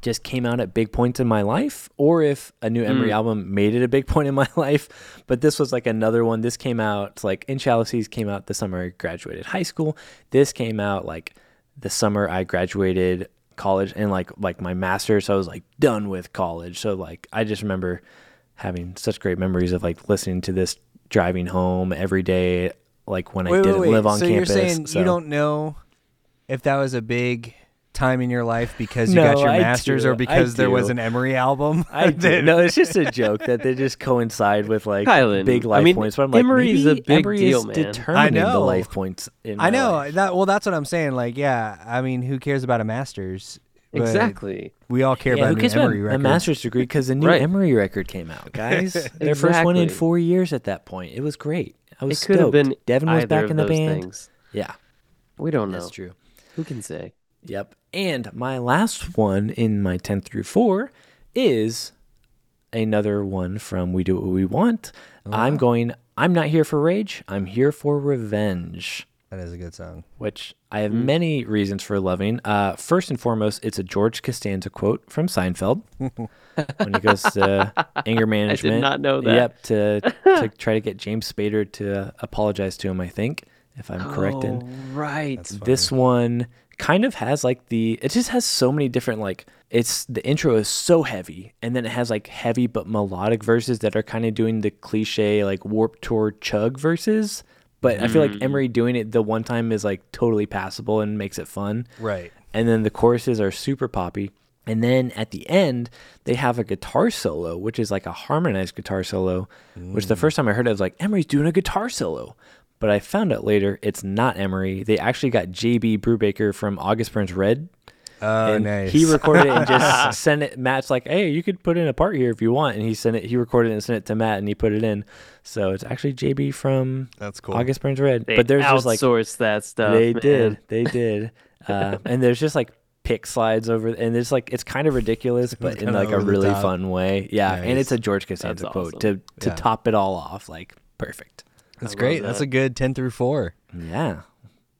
Speaker 3: just came out at big points in my life or if a new Emery album made it a big *laughs* point in my life. But this was like another one. This came out like In Chalices came out the summer I graduated high school. This came out like the summer I graduated college and like like my master. So I was like done with college. So like I just remember having such great memories of like listening to this driving home every day like when I didn't live on
Speaker 1: so
Speaker 3: campus.
Speaker 1: you're saying
Speaker 3: so.
Speaker 1: you don't know if that was a big time in your life because you
Speaker 3: No,
Speaker 1: got your
Speaker 3: I
Speaker 1: master's
Speaker 3: do.
Speaker 1: or
Speaker 3: I
Speaker 1: because there was
Speaker 3: do.
Speaker 1: an Emery album?
Speaker 3: *laughs*
Speaker 1: *laughs*
Speaker 3: I did. No, it's just a joke that they just coincide with like
Speaker 2: Kylan,
Speaker 3: big
Speaker 2: I
Speaker 3: life
Speaker 2: mean,
Speaker 3: points. But I'm like,
Speaker 2: Emory's a
Speaker 3: maybe
Speaker 2: big
Speaker 3: Emory
Speaker 2: deal,
Speaker 3: is
Speaker 2: man.
Speaker 3: Determining the
Speaker 1: know.
Speaker 3: life points. In
Speaker 1: I
Speaker 3: my
Speaker 1: know
Speaker 3: life.
Speaker 1: that. Well, that's what I'm saying. Like, yeah, I mean, who cares about a master's? But
Speaker 2: Exactly.
Speaker 1: We all care
Speaker 3: Yeah,
Speaker 1: about
Speaker 3: who
Speaker 1: new
Speaker 3: cares about
Speaker 1: Emery
Speaker 3: a
Speaker 1: records.
Speaker 3: master's degree? Because the new
Speaker 2: Right.
Speaker 3: Emory record came out, guys. *laughs* Their first one in
Speaker 2: Exactly.
Speaker 3: four years at that point. It was great. I was
Speaker 2: It could have
Speaker 3: stoked.
Speaker 2: been
Speaker 3: Devin was
Speaker 2: either
Speaker 3: back
Speaker 2: of
Speaker 3: in the
Speaker 2: those
Speaker 3: band.
Speaker 2: Things.
Speaker 3: Yeah,
Speaker 2: We don't know.
Speaker 3: that's true.
Speaker 2: Who can say?
Speaker 3: Yep. And my last one in my 10 through 4 is another one from We Do What We Want.
Speaker 2: Oh,
Speaker 3: I'm going, I'm not here for rage. I'm here for revenge,
Speaker 1: That is a good song.
Speaker 3: which I have
Speaker 2: Hmm.
Speaker 3: many reasons for loving. Uh, first and foremost, it's a George Costanza quote
Speaker 2: *laughs*
Speaker 3: from Seinfeld when he goes to anger management.
Speaker 2: not know that.
Speaker 3: Yep. To,
Speaker 2: *laughs*
Speaker 3: to try to get James Spader to apologize to him, I think, if I'm correct
Speaker 2: Oh.
Speaker 3: in
Speaker 2: right.
Speaker 3: this one kind of has like the it just has so many different like it's the intro is so heavy and then it has like heavy but melodic verses that are kind of doing the cliche like warp tour chug verses but i feel like emery doing it the one time is like totally passable and makes it fun
Speaker 1: Right.
Speaker 3: and then the choruses are super poppy and then at the end they have a guitar solo which is like a harmonized guitar solo which
Speaker 1: Mm.
Speaker 3: the first time i heard it I was like emery's doing a guitar solo but i found out later it's not emery they actually got j.b brubaker from august burns red
Speaker 1: Oh,
Speaker 3: and
Speaker 1: nice.
Speaker 3: he recorded it
Speaker 1: *laughs*
Speaker 3: and just sent it matt's like hey you could put in a part here if you want and he sent it he recorded it and sent it to matt and he put it in so it's actually j.b from
Speaker 1: That's cool.
Speaker 3: august burns red
Speaker 2: They
Speaker 3: but there's
Speaker 2: outsourced
Speaker 3: just like
Speaker 2: that stuff.
Speaker 3: they
Speaker 2: man.
Speaker 3: did. They did. Uh, and there's just like pick slides over, and it's like it's kind of ridiculous, but in
Speaker 1: kinda
Speaker 3: like a
Speaker 1: over the
Speaker 3: really
Speaker 1: top.
Speaker 3: fun way. Yeah, and it's
Speaker 1: Nice.
Speaker 3: a George Costanza
Speaker 2: That's
Speaker 3: quote
Speaker 2: awesome.
Speaker 3: to to
Speaker 1: Yeah.
Speaker 3: top it all off. Like perfect.
Speaker 1: That's
Speaker 2: love
Speaker 1: great. That's
Speaker 2: that.
Speaker 1: a good 10 through 4.
Speaker 3: Yeah.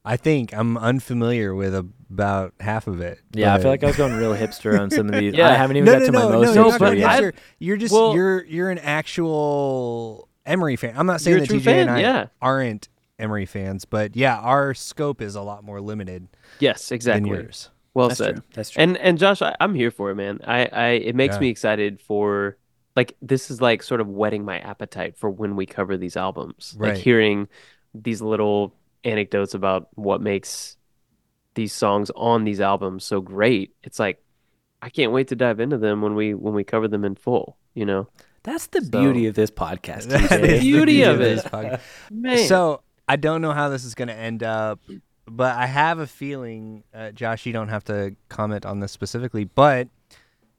Speaker 1: I think I'm unfamiliar with about half of it.
Speaker 3: Yeah, I
Speaker 1: but-
Speaker 3: feel like I was going real hipster on some of these.
Speaker 2: Yeah.
Speaker 3: I haven't even
Speaker 1: no,
Speaker 3: got
Speaker 1: no,
Speaker 3: to
Speaker 1: no,
Speaker 3: my most
Speaker 1: no, you're,
Speaker 3: hipster
Speaker 1: not gonna
Speaker 3: yet.
Speaker 1: get
Speaker 2: I-
Speaker 1: your- you're just
Speaker 2: Well-
Speaker 1: you're you're an actual Emery fan. I'm not saying
Speaker 2: You're a
Speaker 1: that
Speaker 2: true
Speaker 1: TJ and
Speaker 2: fan,
Speaker 1: I
Speaker 2: yeah.
Speaker 1: aren't Emery fans, but yeah, our scope is a lot more limited
Speaker 2: Yes, exactly.
Speaker 1: than yours.
Speaker 2: Well
Speaker 3: That's
Speaker 2: said.
Speaker 3: true. That's true.
Speaker 2: And and Josh, I, I'm here for it, man. I, I it makes
Speaker 1: Yeah.
Speaker 2: me excited for like this is like sort of whetting my appetite for when we cover these albums.
Speaker 1: Right.
Speaker 2: Like hearing these little anecdotes about what makes these songs on these albums so great. It's like I can't wait to dive into them when we when we cover them in full, you know.
Speaker 3: That's the
Speaker 2: So-
Speaker 3: beauty of this *laughs* podcast.
Speaker 1: That *laughs*
Speaker 3: TJ.
Speaker 1: is the
Speaker 2: beauty of
Speaker 1: this
Speaker 2: it.
Speaker 1: podcast.
Speaker 2: Man.
Speaker 1: So I don't know how this is going to end up, but I have a feeling, uh, Josh, you don't have to comment on this specifically, but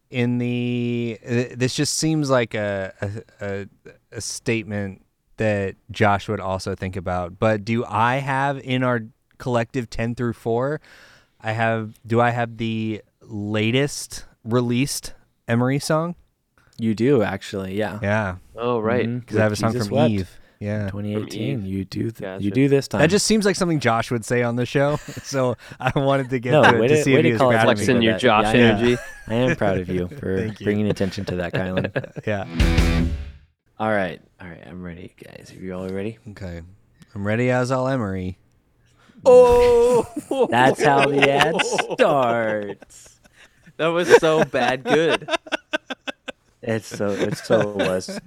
Speaker 1: in the th- this just seems like a a, a a statement that Josh would also think about. But do I have in our collective ten through four? I have. Do I have the latest released Emery song?
Speaker 3: You do actually, yeah.
Speaker 1: Yeah,
Speaker 2: oh right.
Speaker 3: Mhm.
Speaker 1: because I have a
Speaker 3: With
Speaker 1: song
Speaker 3: Jesus
Speaker 1: from
Speaker 3: Wept,
Speaker 1: Eve. Yeah.
Speaker 3: 2018. You do. Th-
Speaker 2: Gotcha.
Speaker 3: you do this time.
Speaker 1: That just seems like something Josh would say on the show. *laughs* So I wanted to get
Speaker 3: No,
Speaker 1: to
Speaker 3: way
Speaker 1: it to
Speaker 3: to-
Speaker 1: see
Speaker 3: way
Speaker 1: if
Speaker 3: to
Speaker 1: he was
Speaker 3: call it
Speaker 1: proud of
Speaker 3: flexing.
Speaker 1: me.
Speaker 2: Flexing your
Speaker 3: that.
Speaker 2: Josh
Speaker 3: Yeah, yeah.
Speaker 2: energy.
Speaker 3: I am proud of you for bringing attention to that, Kylan.
Speaker 1: Yeah.
Speaker 3: All right, all right, I'm ready, guys. Are you all ready?
Speaker 1: Okay. I'm ready as all Emery.
Speaker 2: Oh
Speaker 3: *laughs* That's how the *laughs* ad starts.
Speaker 2: that was so bad good.
Speaker 3: It's so it so was.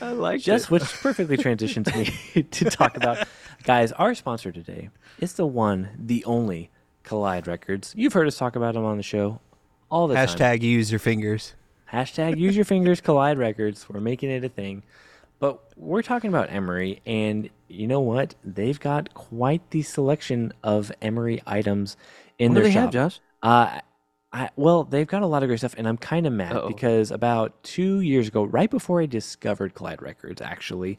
Speaker 2: I like it.
Speaker 3: Just which perfectly transitions me *laughs* to talk about, guys. Our sponsor today is the one, the only Collide Records. You've heard us talk about them on the show all the time.
Speaker 1: Hashtag use your fingers.
Speaker 3: Hashtag use your fingers, collide records. We're making it a thing. But we're talking about Emery, and you know what? They've got quite the selection of Emery items in
Speaker 2: what do
Speaker 3: their
Speaker 2: they
Speaker 3: shop.
Speaker 2: have, Josh?
Speaker 3: Uh, I, well, they've got a lot of great stuff, and I'm kind of mad
Speaker 2: Uh-oh.
Speaker 3: because about two years ago, right before I discovered Collide Records, actually,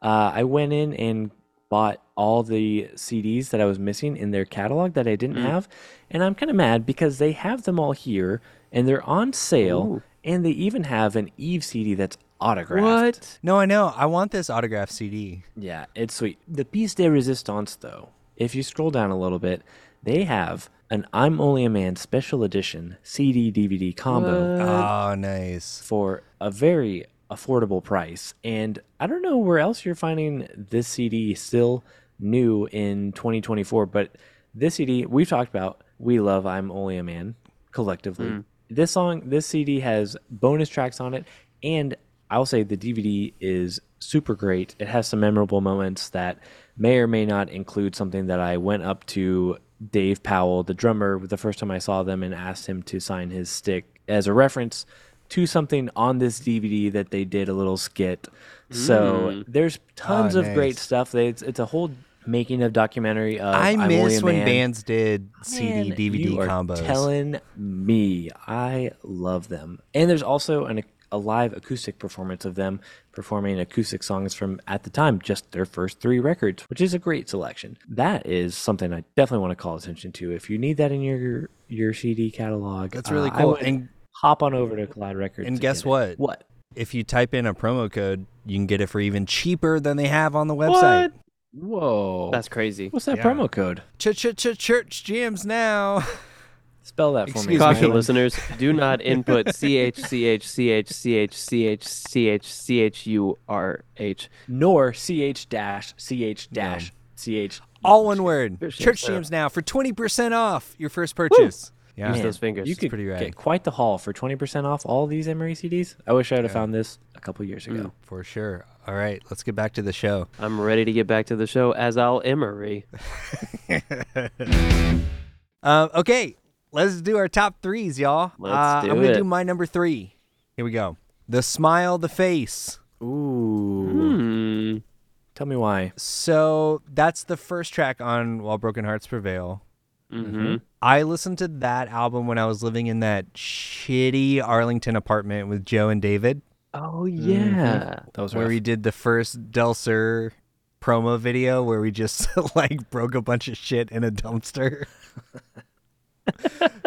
Speaker 3: uh, I went in and bought all the CDs that I was missing in their catalog that I didn't
Speaker 2: Mm-hmm.
Speaker 3: have, and I'm kind of mad because they have them all here and they're on sale,
Speaker 2: Ooh.
Speaker 3: and they even have an Eve CD that's autographed.
Speaker 2: What?
Speaker 1: No, I know. I want this autograph CD.
Speaker 3: Yeah, it's sweet. The piece de resistance, though, if you scroll down a little bit, they have an I'm Only a Man special edition CD DVD combo
Speaker 1: Oh, nice.
Speaker 3: for a very affordable price. And I don't know where else you're finding this CD still new in 2024, but this CD we've talked about, we love I'm Only a Man collectively. This song, this CD has bonus tracks on it, and I'll say the DVD is super great. It has some memorable moments that may or may not include something that I went up to Dave Powell, the drummer, the first time I saw them and asked him to sign his stick as a reference to something on this DVD that they did a little skit. So there's tons
Speaker 1: Ah,
Speaker 3: of great
Speaker 1: nice.
Speaker 3: stuff. They, it's, it's a whole making of documentary. Of
Speaker 1: I
Speaker 3: I'm Only
Speaker 1: miss
Speaker 3: a
Speaker 1: when
Speaker 3: oh, Man.
Speaker 1: bands did
Speaker 3: Man,
Speaker 1: CD DVD
Speaker 3: you are
Speaker 1: combos.
Speaker 3: Telling me, I love them. And there's also an, a live acoustic performance of them performing acoustic songs from at the time just their first three records, which is a great selection. That is something I definitely want to call attention to. If you need that in your your CD catalog,
Speaker 1: That's really
Speaker 3: uh, I
Speaker 1: cool.
Speaker 3: would
Speaker 1: And-
Speaker 3: hop on over to Collide Records.
Speaker 1: and
Speaker 3: to
Speaker 1: guess
Speaker 3: get it.
Speaker 1: what?
Speaker 3: What?
Speaker 1: If you type in a promo code, you can get it for even cheaper than they have on the website.
Speaker 3: Whoa!
Speaker 2: That's crazy.
Speaker 3: what's that
Speaker 1: Yeah.
Speaker 3: promo code?
Speaker 1: Ch ch ch church jams now. *laughs*
Speaker 3: Spell that for me.
Speaker 1: Excuse me.
Speaker 2: Caution,
Speaker 1: Caution,
Speaker 2: listeners:
Speaker 3: *laughs*
Speaker 2: Do not input CHCHCHCHCHCHCHCHCHURH.
Speaker 3: Nor ch dash ch dash ch.
Speaker 1: All one word.
Speaker 2: Church jams
Speaker 1: Church
Speaker 2: now.
Speaker 1: jams now for twenty percent off your first purchase. Yeah.
Speaker 2: Use
Speaker 3: Man,
Speaker 2: those fingers.
Speaker 3: You
Speaker 2: It's
Speaker 3: could
Speaker 1: pretty rad.
Speaker 3: get quite the haul for twenty percent off all these Emery CDs. I wish I would have found this a couple years ago.
Speaker 1: For sure. All right, let's get back to the show.
Speaker 2: I'm ready to get back to the show as I'll Emery.
Speaker 1: Um, okay, let's do our top threes, y'all.
Speaker 2: Let's
Speaker 1: Uh,
Speaker 2: do
Speaker 1: I'm gonna
Speaker 2: it.
Speaker 1: do my number three. Here we go. The smile, the face.
Speaker 3: Ooh, Mm-hmm.
Speaker 2: Hmm.
Speaker 3: tell me why.
Speaker 1: So that's the first track on While Broken Hearts Prevail.
Speaker 2: Mm-hmm.
Speaker 1: I listened to that album when I was living in that shitty Arlington apartment with Joe and David,
Speaker 2: Oh yeah.
Speaker 3: That was
Speaker 1: where we did the first Delser promo video where we just *laughs* like broke a bunch of shit in a dumpster.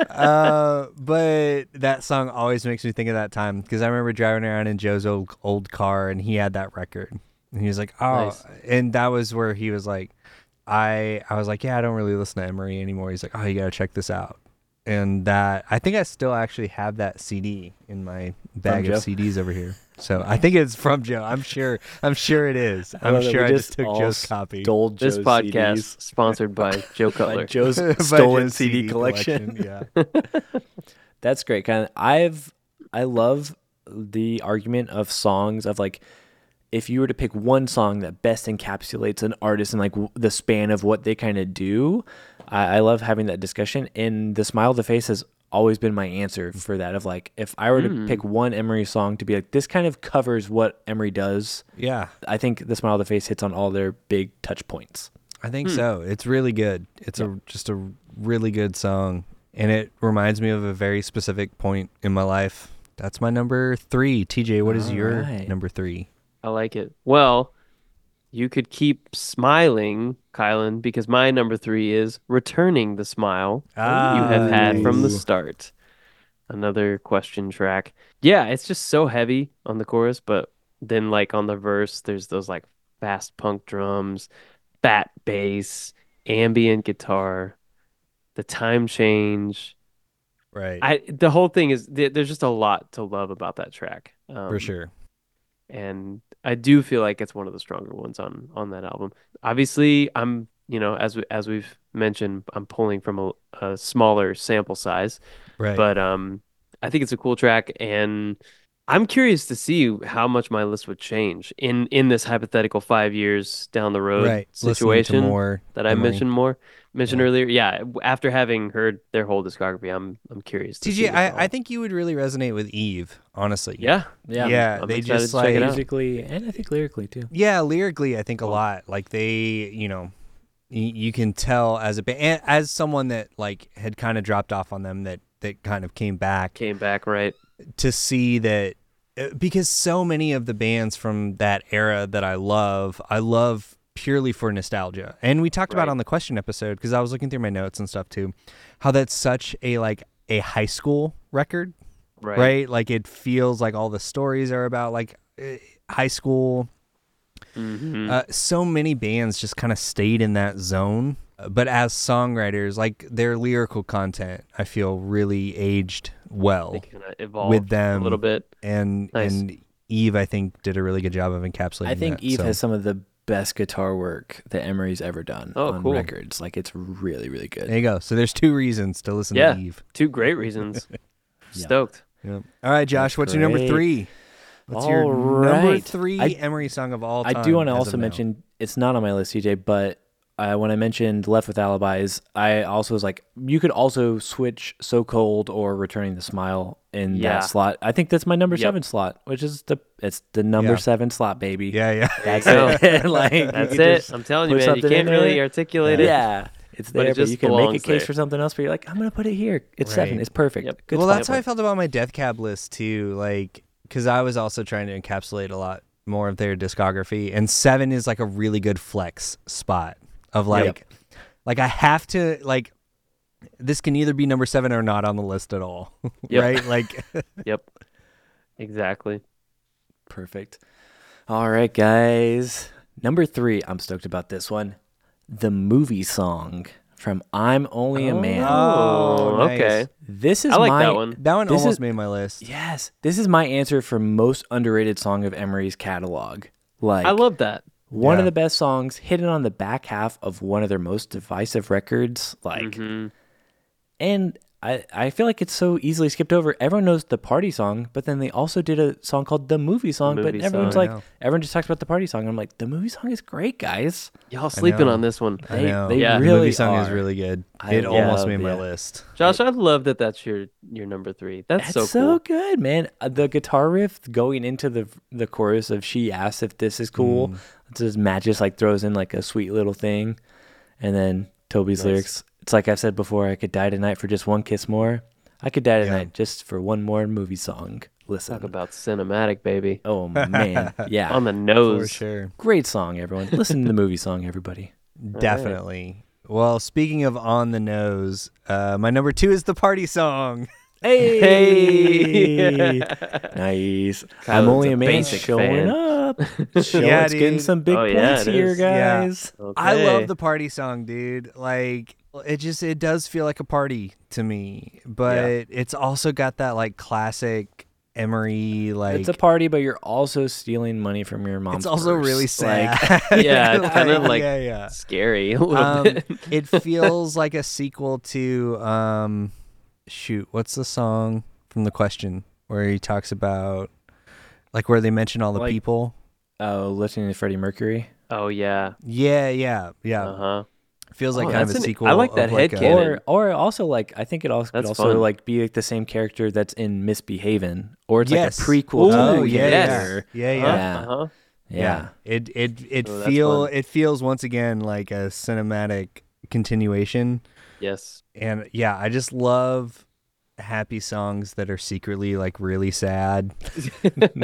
Speaker 1: uh, but that song always makes me think of that time because I remember driving around in Joe's old, old car and he had that record and he was like, "Oh,"
Speaker 2: Nice.
Speaker 1: and that was where he was like, "I," I was like, "Yeah, I don't really listen to Emery anymore." He's like, "Oh, you gotta check this out." And that I think I still actually have that CD in my bag
Speaker 3: Joe?
Speaker 1: of CDs over here. So I think it's from Joe. I'm sure. I'm sure it is. I'm sure I just took Joe's copy. *laughs*
Speaker 3: Stole
Speaker 2: This
Speaker 3: Joe's
Speaker 2: podcast
Speaker 3: CDs
Speaker 2: sponsored by Joe
Speaker 3: *laughs* by
Speaker 2: Cutler.
Speaker 3: Joe's
Speaker 1: By
Speaker 3: stolen
Speaker 1: Joe's
Speaker 3: CD collection.
Speaker 1: Yeah.
Speaker 3: That's great. Kind of. I've I love the argument of songs of like if you were to pick one song that best encapsulates an artist and like w- the span of what they kind of do. I, I love having that discussion. And the smile of the face has always been my answer for that. Of like if I were to pick one Emery song to be like this kind of covers what Emery does.
Speaker 1: Yeah.
Speaker 3: I think the smile of the face hits on all their big touch points.
Speaker 1: I think so. It's really good. It's a just a really good song, and it reminds me of a very specific point in my life. That's my number three. TJ, what is your
Speaker 3: Alright.
Speaker 1: number three?
Speaker 2: I like it. Well, you could keep smiling, Kylan, because my number three is returning the smile you have had from the start. Another question track. Yeah, it's just so heavy on the chorus, but then like on the verse, there's those like fast punk drums, fat bass, ambient guitar, the time change.
Speaker 1: right
Speaker 2: I the whole thing is there- there's just a lot to love about that track. Um,
Speaker 1: for sure.
Speaker 2: and I do feel like it's one of the stronger ones on on that album. Obviously, I'm you know as we as we've mentioned, I'm pulling from a, a smaller sample size,
Speaker 1: Right.
Speaker 2: but um, I think it's a cool track, and I'm curious to see how much my list would change in in this hypothetical five years down the road
Speaker 1: right. Listening to
Speaker 2: situation
Speaker 1: more
Speaker 2: that I
Speaker 1: Emery.
Speaker 2: mentioned more mentioned
Speaker 1: Yeah.
Speaker 2: earlier. Yeah, after having heard their whole discography, I'm I'm curious. To see
Speaker 1: TJ,
Speaker 2: what
Speaker 1: I,
Speaker 2: they'll-
Speaker 1: I think you would really resonate with Eve, honestly.
Speaker 2: yeah
Speaker 1: Yeah.
Speaker 2: I'm
Speaker 1: they
Speaker 2: excited
Speaker 1: just
Speaker 2: to check it
Speaker 1: like
Speaker 2: out.
Speaker 3: Musically and I think lyrically too.
Speaker 1: Yeah, lyrically, I think a
Speaker 2: Cool.
Speaker 1: lot. Like they, you know, y- you can tell as a ba- and as someone that like had kind of dropped off on them that that kind of came back
Speaker 2: came back right.
Speaker 1: to see that uh, because so many of the bands from that era that I love, I love purely for nostalgia. And we talked about
Speaker 2: Right.
Speaker 1: on the question episode because I was looking through my notes and stuff too, how that's such a like a high school record
Speaker 2: Right.
Speaker 1: right. Like it feels like all the stories are about like eh, high school.
Speaker 3: Mm-hmm.
Speaker 2: Mhm.
Speaker 1: Uh, so many bands just kind of stayed in that zone, Uh, but as songwriters, like their lyrical content, I feel really aged well,
Speaker 2: They kind of evolved
Speaker 1: them,
Speaker 2: a little bit.
Speaker 1: and
Speaker 2: Nice.
Speaker 1: and Eve, I think, did a really good job of encapsulating.
Speaker 3: I think
Speaker 1: that,
Speaker 3: Eve
Speaker 1: so.
Speaker 3: has some of the best guitar work that Emery's ever done
Speaker 2: Oh,
Speaker 3: on
Speaker 2: cool.
Speaker 3: records. Like it's really, really good.
Speaker 1: There you go. So there's two reasons to listen
Speaker 2: Yeah.
Speaker 1: to Eve.
Speaker 2: Two great reasons.
Speaker 3: *laughs* Yeah.
Speaker 2: Stoked.
Speaker 1: Yep. All right, Josh,
Speaker 3: That's
Speaker 1: what's your number
Speaker 3: great.
Speaker 1: three? What's
Speaker 3: All
Speaker 1: your number
Speaker 3: right.
Speaker 1: three
Speaker 3: I-
Speaker 1: Emery song of all time?
Speaker 3: I do want to
Speaker 1: as
Speaker 3: also
Speaker 1: of now?
Speaker 3: mention it's not on my list, CJ, but uh, when I mentioned Left with Alibis, I also was like, you could also switch So Cold or Returning the Smile in
Speaker 2: Yeah.
Speaker 3: that slot. I think that's my number
Speaker 2: Yep.
Speaker 3: seven slot, which is the it's the number
Speaker 1: Yeah.
Speaker 3: seven slot, baby.
Speaker 1: Yeah, yeah.
Speaker 3: that's
Speaker 2: There you
Speaker 3: it. *laughs* like you
Speaker 2: That's
Speaker 3: could
Speaker 2: it.
Speaker 3: just
Speaker 2: I'm telling you,
Speaker 3: put
Speaker 2: man. You
Speaker 3: something in
Speaker 2: can't really
Speaker 3: there.
Speaker 2: articulate it.
Speaker 3: yeah, it's
Speaker 2: But it
Speaker 3: there, but,
Speaker 2: just
Speaker 3: you can make a
Speaker 2: belongs
Speaker 3: case
Speaker 2: there.
Speaker 3: for something else. But you're like, I'm gonna put it here. It's seven.
Speaker 1: Right.
Speaker 3: It's perfect.
Speaker 2: Yep.
Speaker 3: Good
Speaker 1: well,
Speaker 3: spot.
Speaker 1: that's how I felt about my Death Cab list too. Like, because I was also trying to encapsulate a lot more of their discography, and seven is like a really good flex spot of like, like I have to like, this can either be number seven or not on the list at all, *laughs* right?
Speaker 2: Yep.
Speaker 3: *laughs*
Speaker 1: Like,
Speaker 2: Yep. Exactly.
Speaker 3: Perfect. All right, guys. Number three. I'm stoked about this one. The movie song from "I'm Only a Man."
Speaker 1: *laughs* oh, nice.
Speaker 2: okay.
Speaker 3: This is
Speaker 2: I like
Speaker 3: my,
Speaker 2: that one.
Speaker 1: That one
Speaker 3: This
Speaker 1: almost
Speaker 3: is-
Speaker 1: made my list.
Speaker 3: Yes, this is my answer for most underrated song of Emery's catalog. Like
Speaker 2: I love that.
Speaker 3: one
Speaker 1: Yeah.
Speaker 3: of the best songs hidden on the back half of one of their most divisive records. Like,
Speaker 2: Mhm.
Speaker 3: and I I feel like it's so easily skipped over. Everyone knows the party song, but then they also did a song called the movie song.
Speaker 2: movie
Speaker 3: but everyone's
Speaker 1: song. I know.
Speaker 3: like, everyone just talks about the party song. I'm like, the movie song is great, guys.
Speaker 2: Y'all sleeping
Speaker 1: know.
Speaker 2: on this one.
Speaker 1: I
Speaker 3: They-
Speaker 1: know.
Speaker 3: they
Speaker 2: Yeah.
Speaker 1: The
Speaker 3: really
Speaker 1: movie song is
Speaker 3: are.
Speaker 1: really good.
Speaker 3: I
Speaker 1: it almost
Speaker 3: love
Speaker 1: made my
Speaker 3: it.
Speaker 1: list.
Speaker 2: Josh, I love that that's your your number three. That's
Speaker 3: It's
Speaker 2: so
Speaker 3: so,
Speaker 2: cool.
Speaker 3: good, man. Uh, The guitar riff going into the the chorus of "She asks if this is cool."
Speaker 2: Mm.
Speaker 3: Just Matt just like throws in like a sweet little thing, and then Toby's lyrics. It's like I've said before. I could die tonight for just one kiss more. I could die tonight just for one more movie song. Listen.
Speaker 2: Talk about cinematic, baby.
Speaker 3: oh
Speaker 2: *laughs*
Speaker 3: man, yeah.
Speaker 2: On the nose.
Speaker 1: sure.
Speaker 3: Great song, everyone. Listen to the movie song, everybody.
Speaker 1: Definitely. Well, speaking of on the nose, uh, my number two is the party song.
Speaker 3: *laughs* Hey, nice. I'm only
Speaker 2: a
Speaker 3: a man
Speaker 2: basic
Speaker 3: showing
Speaker 2: fan. *laughs*
Speaker 3: up. Showing
Speaker 1: Yeah,
Speaker 3: it's getting
Speaker 1: dude.
Speaker 3: some big
Speaker 2: Oh, yeah,
Speaker 3: points
Speaker 2: it
Speaker 3: here,
Speaker 2: is.
Speaker 1: Yeah.
Speaker 3: guys.
Speaker 1: I
Speaker 2: Okay.
Speaker 1: love the party song, dude. Like it just it does feel like a party to me, but it's also got that like classic Emery like
Speaker 3: it's a party, but you're also stealing money from your mom.
Speaker 1: it's also really sad.
Speaker 2: *laughs*
Speaker 1: *laughs*
Speaker 2: Yeah, it's kinda like-
Speaker 1: yeah, yeah.
Speaker 2: scary a *laughs* little
Speaker 1: Um,
Speaker 2: bit. *laughs*
Speaker 1: it feels like a sequel to um shoot, what's the song from the question where he talks about like where they mention all the
Speaker 3: Like-
Speaker 1: people?
Speaker 3: Oh, listening to Freddie Mercury.
Speaker 2: Oh yeah.
Speaker 1: Yeah, yeah, yeah.
Speaker 2: Uh huh.
Speaker 1: Feels like
Speaker 2: Oh,
Speaker 1: kind of a
Speaker 2: that's an-
Speaker 1: sequel.
Speaker 2: I like that
Speaker 1: of like
Speaker 2: head
Speaker 1: a-
Speaker 2: cannon.
Speaker 3: Or, or also like I think it also could
Speaker 2: That's
Speaker 3: also
Speaker 2: fun.
Speaker 3: like be like the same character that's in Misbehaving, or it's
Speaker 1: Yes.
Speaker 3: like a prequel. to
Speaker 2: Ooh,
Speaker 1: Oh
Speaker 3: the
Speaker 1: yeah,
Speaker 2: yes.
Speaker 3: character.
Speaker 1: yeah, yeah, yeah.
Speaker 3: Uh-huh. Yeah.
Speaker 2: Uh huh.
Speaker 3: yeah,
Speaker 1: It it it
Speaker 2: Oh, that's
Speaker 1: feel
Speaker 2: fun.
Speaker 1: it feels once again like a cinematic continuation,
Speaker 2: Yes.
Speaker 1: and yeah, I just love happy songs that are secretly like really
Speaker 2: *laughs*
Speaker 1: sad. *laughs*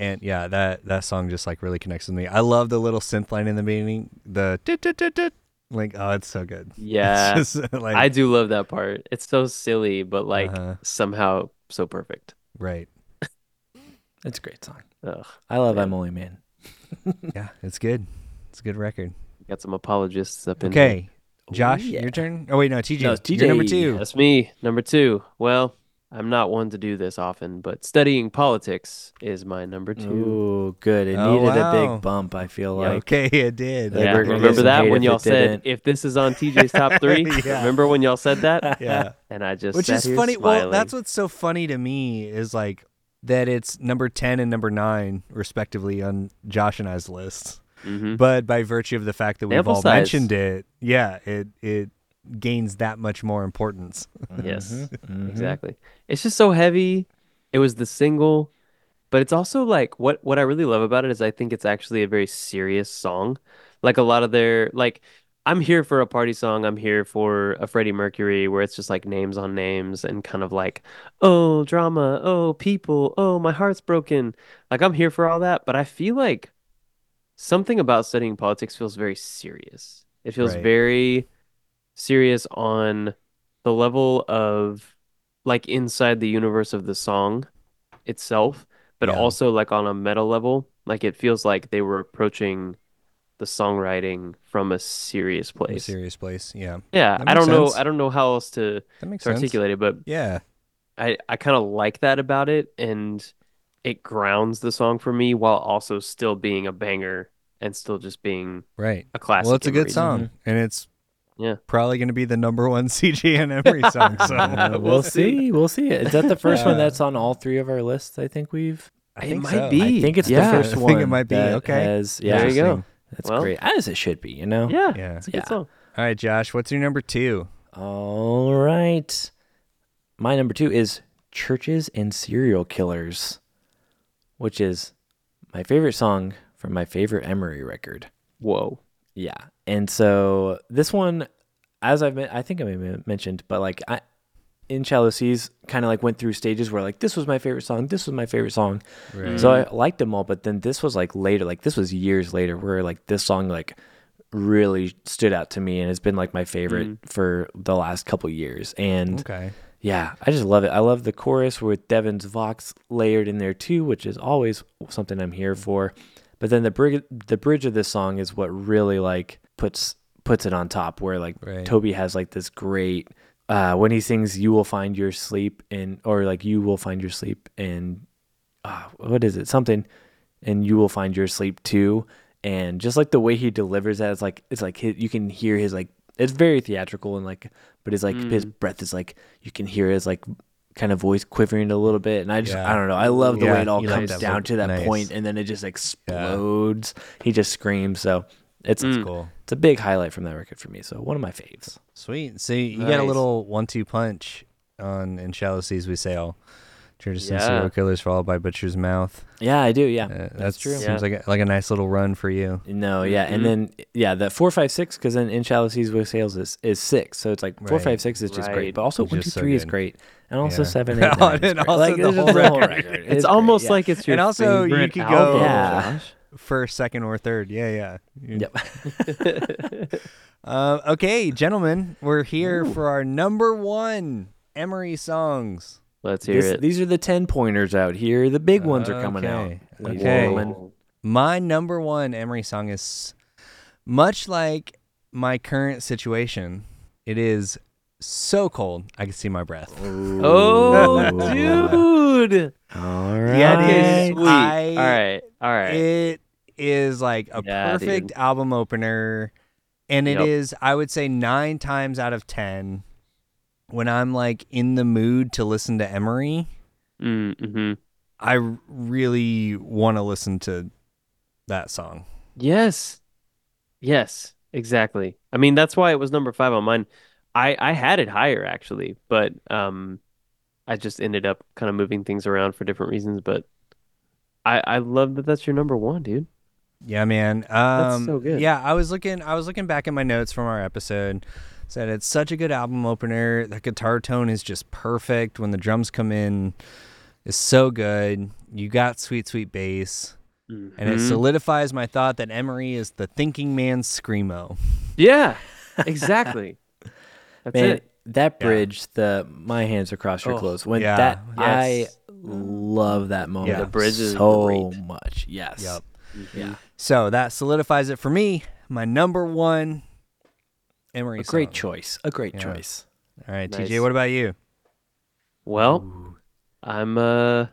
Speaker 1: And yeah, that that song just like really connects with me. I love the little synth line in the beginning, the dit, dit, dit, dit. like oh, it's so good. *laughs*
Speaker 2: Yeah.
Speaker 1: It's just, like
Speaker 2: I do love that part. It's so silly, but like
Speaker 1: Uh-huh.
Speaker 2: somehow so perfect.
Speaker 1: right.
Speaker 3: it's a great song.
Speaker 2: Ugh.
Speaker 3: I love
Speaker 2: Yeah.
Speaker 3: I'm Only Man.
Speaker 1: Yeah, it's good. It's a good record.
Speaker 2: Got some apologists up in here.
Speaker 1: Okay, Josh,
Speaker 3: yeah.
Speaker 1: your turn. Oh wait, no, TJ.
Speaker 3: No,
Speaker 1: you're
Speaker 3: TJ.
Speaker 1: number two.
Speaker 2: That's me. Number two. Well, I'm not one to do this often, but studying politics is my number two.
Speaker 3: Ooh, good. It
Speaker 1: Oh,
Speaker 3: needed a
Speaker 1: wow.
Speaker 3: big bump. I feel
Speaker 2: Yeah.
Speaker 3: like
Speaker 1: Okay, it did.
Speaker 3: Like,
Speaker 2: yeah,
Speaker 3: we're gonna get
Speaker 2: remember
Speaker 3: some
Speaker 2: that
Speaker 3: hate
Speaker 2: when
Speaker 3: if
Speaker 2: y'all
Speaker 3: it
Speaker 2: said
Speaker 3: didn't.
Speaker 2: if this is on TJ's
Speaker 3: *laughs*
Speaker 2: top three?
Speaker 1: Yeah.
Speaker 2: Remember when y'all said
Speaker 1: *laughs*
Speaker 2: that?
Speaker 1: Yeah.
Speaker 2: And I just
Speaker 1: Which
Speaker 2: sat
Speaker 1: is
Speaker 2: here
Speaker 1: funny. Well,
Speaker 2: smiling.
Speaker 1: that's what's so funny to me is like that it's number 10 and number 9 respectively on Josh and I's lists.
Speaker 2: Mhm.
Speaker 1: But by virtue of the fact that we've
Speaker 2: Sample
Speaker 1: all
Speaker 2: size.
Speaker 1: mentioned it, yeah, it it gains that much more importance.
Speaker 2: Yes,
Speaker 3: mhm.
Speaker 2: exactly. It's just so heavy. It was the single, but it's also like what what I really love about it is I think it's actually a very serious song. Like a lot of their like I'm here for a party song, I'm here for a Freddie Mercury where it's just like names on names and kind of like oh drama, oh people, oh my heart's broken. Like I'm here for all that, but I feel like something about studying politics feels very serious. It feels
Speaker 1: Right.
Speaker 2: very serious on the level of like inside the universe of the song itself, but
Speaker 1: Yeah.
Speaker 2: also like on a meta level. Like it feels like they were approaching the songwriting from a serious
Speaker 1: In a
Speaker 2: place.
Speaker 1: serious place. Yeah.
Speaker 2: Yeah,
Speaker 1: That
Speaker 2: I
Speaker 1: makes
Speaker 2: don't know.
Speaker 1: sense.
Speaker 2: I don't know how else to,
Speaker 1: That makes
Speaker 2: to
Speaker 1: sense.
Speaker 2: articulate it, but
Speaker 1: Yeah.
Speaker 2: I, I kind of like that about it, and it grounds the song for me while also still being a banger and still just being
Speaker 1: Right.
Speaker 2: a classic.
Speaker 1: well, it's a
Speaker 2: Emory.
Speaker 1: good song and it's
Speaker 2: Yeah.
Speaker 1: Probably going to be the number *laughs* 1 CJ and Emery song. So
Speaker 3: Uh, we'll, see. We'll see. Is that the first one that's on all three of our lists? I think we've.
Speaker 1: I
Speaker 2: It
Speaker 1: think
Speaker 2: might
Speaker 1: so.
Speaker 2: be.
Speaker 3: I think it's
Speaker 2: Yeah.
Speaker 3: the first
Speaker 1: I
Speaker 3: one.
Speaker 1: think it might be.
Speaker 3: that
Speaker 1: Okay.
Speaker 3: has-
Speaker 2: There
Speaker 3: yeah.
Speaker 2: you go.
Speaker 1: Interesting.
Speaker 3: That's
Speaker 2: Well-
Speaker 3: great. As it should be, you know?
Speaker 2: Yeah,
Speaker 1: Yeah.
Speaker 2: it's a good
Speaker 3: Yeah.
Speaker 2: song.
Speaker 1: All right, Josh, what's your number two?
Speaker 3: All right. My number two is Churches and Serial Killers, which is my favorite song from my favorite Emery record.
Speaker 2: Whoa.
Speaker 3: Yeah. And so this one, as I've, men- I think I may have mentioned, but like I, in Shallow Seas, kind of like went through stages where like this was my favorite song, this was my favorite song. So I liked them all, but then this was like later, like this was years later where like this song like really stood out to me and has been like my favorite for the last couple years. And
Speaker 1: Okay.
Speaker 3: yeah, I just love it. I love the chorus with Devin's vox layered in there too, which is always something I'm here for. But then the brig- the bridge of this song is what really like puts puts it on top, where like
Speaker 1: Right.
Speaker 3: Toby has like this great uh, when he sings "You will find your sleep" and or like "You will find your sleep" and uh, what is it something and you will find your sleep too and just like the way he delivers that it's like it's like his, you can hear his like it's very theatrical and like but it's like his breath is like you can hear his like kind of voice quivering a little bit and i just
Speaker 1: Yeah.
Speaker 3: i don't know i love the
Speaker 1: Yeah,
Speaker 3: way it all
Speaker 1: you like
Speaker 3: comes
Speaker 1: that
Speaker 3: down
Speaker 1: look.
Speaker 3: to that
Speaker 1: Nice.
Speaker 3: point, and then it just explodes he just screams so it's
Speaker 2: Hmm.
Speaker 1: Cool.
Speaker 3: it's a big highlight from that record for me so one of my faves
Speaker 1: Sweet. So you got a
Speaker 2: Nice.
Speaker 1: little one-two punch on "In Shallow Seas We Sail." Churches and
Speaker 2: Yeah.
Speaker 1: serial killers followed by Butcher's Mouth.
Speaker 3: yeah i do yeah
Speaker 1: Uh, that's
Speaker 3: true.
Speaker 1: Seems
Speaker 2: Yeah.
Speaker 1: like a, like a nice little run for you.
Speaker 3: No, yeah,
Speaker 2: Mhm.
Speaker 3: and then yeah, that four five six because then in shallow seas with sales is, is six, so it's like four
Speaker 1: Right.
Speaker 3: five six is just great,
Speaker 2: Right.
Speaker 3: but also
Speaker 1: It's
Speaker 3: one two
Speaker 1: just so
Speaker 3: three is
Speaker 1: good.
Speaker 3: great, and also
Speaker 1: Yeah. *laughs*
Speaker 3: seven eight
Speaker 1: Oh,
Speaker 3: nine. is
Speaker 1: and
Speaker 3: great.
Speaker 1: also the
Speaker 3: this is
Speaker 1: whole record.
Speaker 2: It's,
Speaker 3: great,
Speaker 2: almost
Speaker 3: yeah.
Speaker 2: like it's your
Speaker 1: And also, you
Speaker 2: favorite
Speaker 1: could go-
Speaker 2: album,
Speaker 3: Yeah.
Speaker 2: Josh.
Speaker 1: First, second, or third. Yeah, yeah. You-
Speaker 3: Yep.
Speaker 1: Uh, okay, gentlemen, we're here for our number one Emery songs.
Speaker 2: Let's hear
Speaker 3: This-
Speaker 2: it.
Speaker 3: these are the ten pointers out here. The big ones are coming out.
Speaker 1: Okay,
Speaker 3: ladies and
Speaker 1: okay.
Speaker 3: gentlemen.
Speaker 1: My number one Emery song is much like my current situation. It is so cold I can see my breath. *laughs*
Speaker 2: Oh, dude.
Speaker 3: All right.
Speaker 1: Yeah, it is.
Speaker 2: Okay, sweet.
Speaker 1: I-
Speaker 2: all right. All right.
Speaker 1: It is like a
Speaker 2: Yeah, dude.
Speaker 1: perfect album opener. And it is,
Speaker 2: Yep.
Speaker 1: I would say, nine times out of 10 when I'm like in the mood to listen to Emery,
Speaker 2: mm-hmm.
Speaker 1: I r- really want to listen to that song.
Speaker 2: Yes. Yes, exactly. I mean, that's why it was number five on mine. I, I had it higher actually, but um, I just ended up kind of moving things around for different reasons. But I I love that that's your number one, dude.
Speaker 1: Yeah, man. Um,
Speaker 2: so good.
Speaker 1: Yeah, I was looking. I was looking back at my notes from our episode. Said it's such a good album opener. The guitar tone is just perfect when the drums come in. It's so good. You got sweet, sweet bass, and it
Speaker 2: Mhm.
Speaker 1: solidifies my thought that Emery is the thinking man's screamo.
Speaker 2: yeah,
Speaker 1: *laughs*
Speaker 2: exactly. That's
Speaker 3: Man,
Speaker 2: it.
Speaker 3: that bridge, the my hands across your
Speaker 2: Oh,
Speaker 3: clothes. When
Speaker 1: yeah.
Speaker 3: that,
Speaker 2: Yes.
Speaker 3: I love that moment.
Speaker 1: Yeah. The
Speaker 2: bridge is
Speaker 3: so
Speaker 2: great.
Speaker 3: much. Yes.
Speaker 1: Yep.
Speaker 3: Yeah.
Speaker 1: So that solidifies it for me. My number one Emery.
Speaker 3: A great
Speaker 1: song.
Speaker 3: choice. A great
Speaker 1: Yeah.
Speaker 3: choice.
Speaker 1: All right,
Speaker 2: Nice.
Speaker 1: TJ. What about you?
Speaker 2: Well, I'm uh,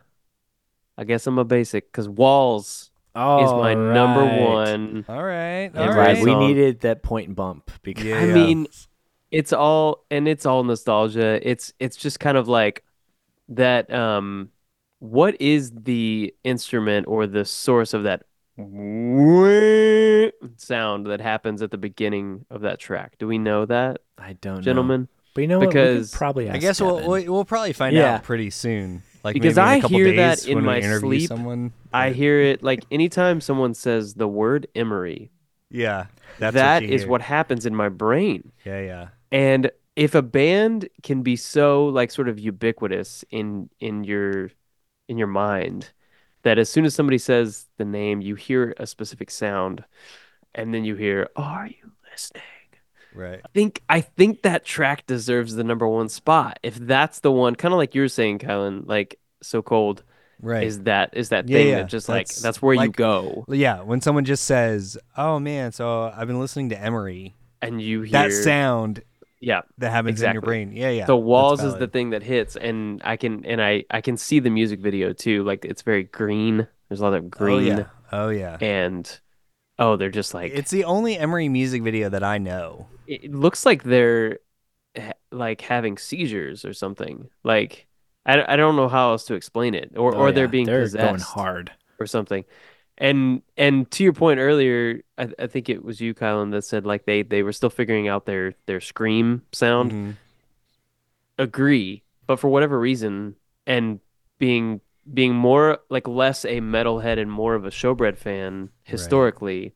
Speaker 2: I guess I'm a basic because Walls
Speaker 3: Oh,
Speaker 2: is my number one.
Speaker 1: All right.
Speaker 2: Yeah,
Speaker 1: all
Speaker 2: right.
Speaker 1: right.
Speaker 3: We
Speaker 2: Song.
Speaker 3: needed that point bump because
Speaker 1: Yeah.
Speaker 2: I mean, it's all and it's all nostalgia. It's it's just kind of like that. Um, what is the instrument or the source of that sound that happens at the beginning of that track? Do we know that,
Speaker 3: I don't know.
Speaker 2: gentlemen?
Speaker 3: But you know what? We could
Speaker 2: because
Speaker 3: probably ask
Speaker 1: I guess we'll,
Speaker 3: Devin.
Speaker 1: we'll we'll probably find
Speaker 3: Yeah.
Speaker 1: out pretty soon. Like
Speaker 2: Because
Speaker 1: maybe in
Speaker 2: I
Speaker 1: a couple
Speaker 2: hear that
Speaker 1: days
Speaker 2: in
Speaker 1: when
Speaker 2: my
Speaker 1: we interview
Speaker 2: sleep.
Speaker 1: someone.
Speaker 2: I
Speaker 1: But-
Speaker 2: hear it like anytime someone says the word Emery,
Speaker 1: yeah, that's
Speaker 2: That's
Speaker 1: what
Speaker 2: what
Speaker 1: you hear.
Speaker 2: happens in my brain.
Speaker 1: Yeah, yeah,
Speaker 2: And if a band can be so like sort of ubiquitous in in your in your mind that as soon as somebody says the name, you hear a specific sound, and then you hear, "Are you listening?"
Speaker 1: right.
Speaker 2: I think I think that track deserves the number one spot. If that's the one, kind of like you're saying, Kylan, like so cold
Speaker 1: Right.
Speaker 2: is that is that
Speaker 1: Yeah,
Speaker 2: thing
Speaker 1: yeah,
Speaker 2: that just like
Speaker 1: that's-
Speaker 2: that's where you
Speaker 1: like-
Speaker 2: go
Speaker 1: yeah, when someone just says, "Oh man, so I've been listening to Emery,"
Speaker 2: and you hear
Speaker 1: that sound
Speaker 2: yeah
Speaker 1: that happens in your
Speaker 2: Exactly.
Speaker 1: brain. Yeah, yeah.
Speaker 2: So
Speaker 1: that's
Speaker 2: walls is the
Speaker 1: valid.
Speaker 2: thing that hits, and I can and I I can see the music video too. Like it's very green. There's a lot of green,
Speaker 1: Oh yeah. Oh yeah.
Speaker 2: and oh, they're just like
Speaker 1: it's the only Emery music video that I know.
Speaker 2: it it looks like they're ha- like having seizures or something. Like I, I don't know how else to explain it, or
Speaker 3: Oh,
Speaker 2: or
Speaker 3: yeah.
Speaker 2: they're being
Speaker 3: They're going
Speaker 2: possessed
Speaker 3: hard.
Speaker 2: or something. and and to your point earlier, I, I think it was you, Kylan, that said like they they were still figuring out their their scream sound.
Speaker 1: Mhm.
Speaker 2: Agree, but for whatever reason, and being being more like less a metalhead and more of a showbread fan historically,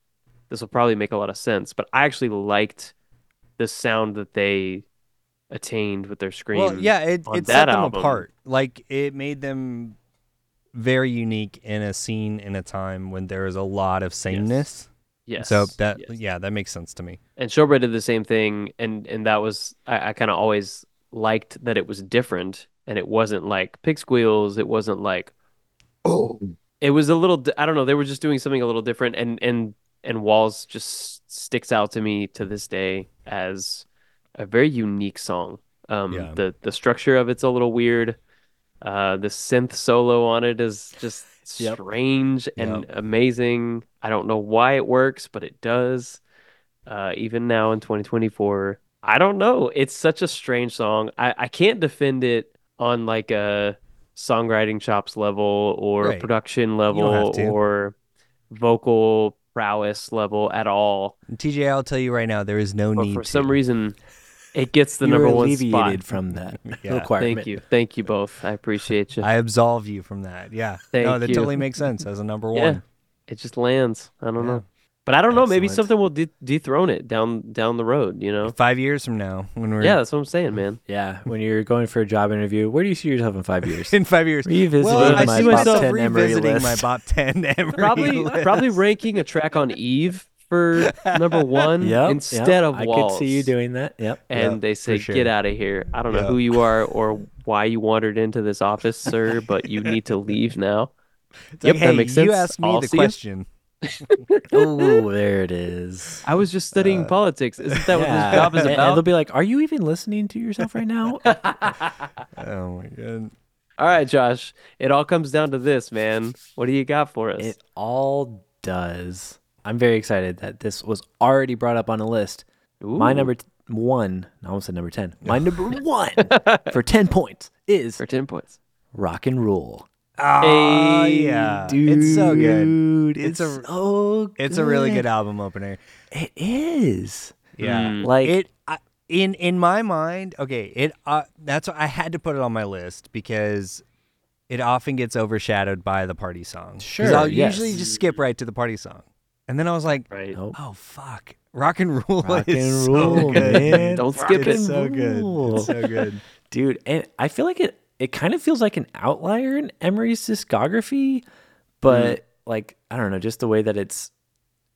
Speaker 2: this will probably make a lot of sense. But I actually liked the sound that they attained with their scream.
Speaker 1: Well, yeah, it,
Speaker 2: on
Speaker 1: it
Speaker 2: that
Speaker 1: set them
Speaker 2: album.
Speaker 1: apart. Like it made them very unique in a scene in a time when there is a lot of sameness.
Speaker 2: Yes.
Speaker 1: So that
Speaker 2: yes.
Speaker 1: yeah, that makes sense to me.
Speaker 2: and Showbread did the same thing, and and that was I, I kind of always liked that it was different, and it wasn't like pig squeals, it wasn't like oh, it was a little di- I don't know, they were just doing something a little different, and and and Walls just sticks out to me to this day as a very unique song. Um,
Speaker 1: Yeah.
Speaker 2: the the structure of it's a little weird. Uh, the synth solo on it is just
Speaker 3: Yep.
Speaker 2: strange and amazing. I don't know why it works, but it does uh, even now in 2024. I don't know. It's such a strange song. I, I can't defend it on like a songwriting chops level or
Speaker 1: Right.
Speaker 2: production level
Speaker 1: have to.
Speaker 2: or vocal prowess level at all.
Speaker 1: And TJ, I'll tell you right now, there is no
Speaker 2: But
Speaker 1: need
Speaker 2: for
Speaker 1: to.
Speaker 2: some reason, it gets the
Speaker 3: you
Speaker 2: number
Speaker 3: were
Speaker 2: one spot.
Speaker 3: alleviated from *laughs* that
Speaker 1: Yeah.
Speaker 3: requirement.
Speaker 2: Thank you. Thank you both. I appreciate you.
Speaker 1: I absolve you from that. Yeah. no,
Speaker 2: Thank
Speaker 1: that
Speaker 2: you.
Speaker 1: totally makes sense as a number
Speaker 2: Yeah.
Speaker 1: one.
Speaker 2: it just lands. I don't
Speaker 1: Yeah.
Speaker 2: know. But I don't know. Maybe
Speaker 1: Excellent.
Speaker 2: something will de- dethrone it down down the road. You know?
Speaker 1: Five years from now, when we're
Speaker 2: Yeah, that's what I'm saying, man.
Speaker 3: Yeah, when you're going for a job interview, where do you see yourself in five
Speaker 2: *laughs*
Speaker 1: *laughs*
Speaker 3: years?
Speaker 1: in five years.
Speaker 3: Revisiting
Speaker 1: well, I
Speaker 2: my
Speaker 1: see
Speaker 2: Bop
Speaker 1: myself
Speaker 3: 10 Emery
Speaker 1: revisiting my
Speaker 3: list.
Speaker 1: Bop *laughs* 10 Emery
Speaker 2: probably
Speaker 1: list.
Speaker 2: probably ranking a track on Eve for number one
Speaker 3: Yep, yep,
Speaker 2: instead of
Speaker 3: I could
Speaker 2: Walls.
Speaker 3: see you doing that.
Speaker 2: *laughs*
Speaker 3: Yep.
Speaker 2: And
Speaker 1: Yep,
Speaker 2: they say,
Speaker 1: for sure.
Speaker 2: "Get out of here! I don't know
Speaker 1: Yep.
Speaker 2: who you are or why you wandered into this office, sir, but you need to leave now."
Speaker 1: It's like,
Speaker 2: Yep, that
Speaker 1: hey,
Speaker 2: makes
Speaker 1: You
Speaker 2: sense.
Speaker 1: asked me
Speaker 2: I'll
Speaker 1: the
Speaker 2: see you.
Speaker 1: question.
Speaker 3: oh, there it is.
Speaker 2: I was just studying politics. Isn't that
Speaker 3: Yeah.
Speaker 2: what *laughs* this
Speaker 3: And-
Speaker 2: job is
Speaker 3: And they'll
Speaker 2: about?
Speaker 3: be like, "Are you even listening to yourself
Speaker 2: *laughs*
Speaker 3: right now?"
Speaker 1: Oh my god.
Speaker 2: All right, Josh. It all comes down to this, man. What do you got for us?
Speaker 3: It all does. I'm very excited that this was already brought up on a list. My
Speaker 2: Ooh.
Speaker 3: number t- one, I almost said number 10.
Speaker 1: *laughs*
Speaker 3: My number one for 10 points is
Speaker 2: for ten points.
Speaker 3: Rock and Roll.
Speaker 1: Oh
Speaker 2: Hey,
Speaker 1: yeah. It's so good.
Speaker 3: Dude,
Speaker 1: It's
Speaker 3: it's,
Speaker 1: a-
Speaker 3: a, so
Speaker 1: It's a really
Speaker 2: *laughs*
Speaker 1: good
Speaker 3: good.
Speaker 1: album opener.
Speaker 3: It is.
Speaker 1: Yeah.
Speaker 2: Mm.
Speaker 3: Like,
Speaker 1: it I, in in my mind okay it uh, that's why i had to put it on my list because it often gets overshadowed by the party song 'Cause
Speaker 3: Sure,
Speaker 1: i'll
Speaker 3: yes.
Speaker 1: usually just skip right to the party song and then i was like
Speaker 2: Right.
Speaker 3: Nope.
Speaker 1: oh fuck rock and roll
Speaker 3: Rock
Speaker 1: is
Speaker 3: and
Speaker 1: so
Speaker 3: roll,
Speaker 1: good
Speaker 3: man.
Speaker 2: Don't skip
Speaker 1: it's
Speaker 2: it.
Speaker 1: so good it's so good
Speaker 3: dude and i feel like it it kind of feels like an outlier in emery's discography but
Speaker 1: Mm-hmm.
Speaker 3: like i don't know just the way that it's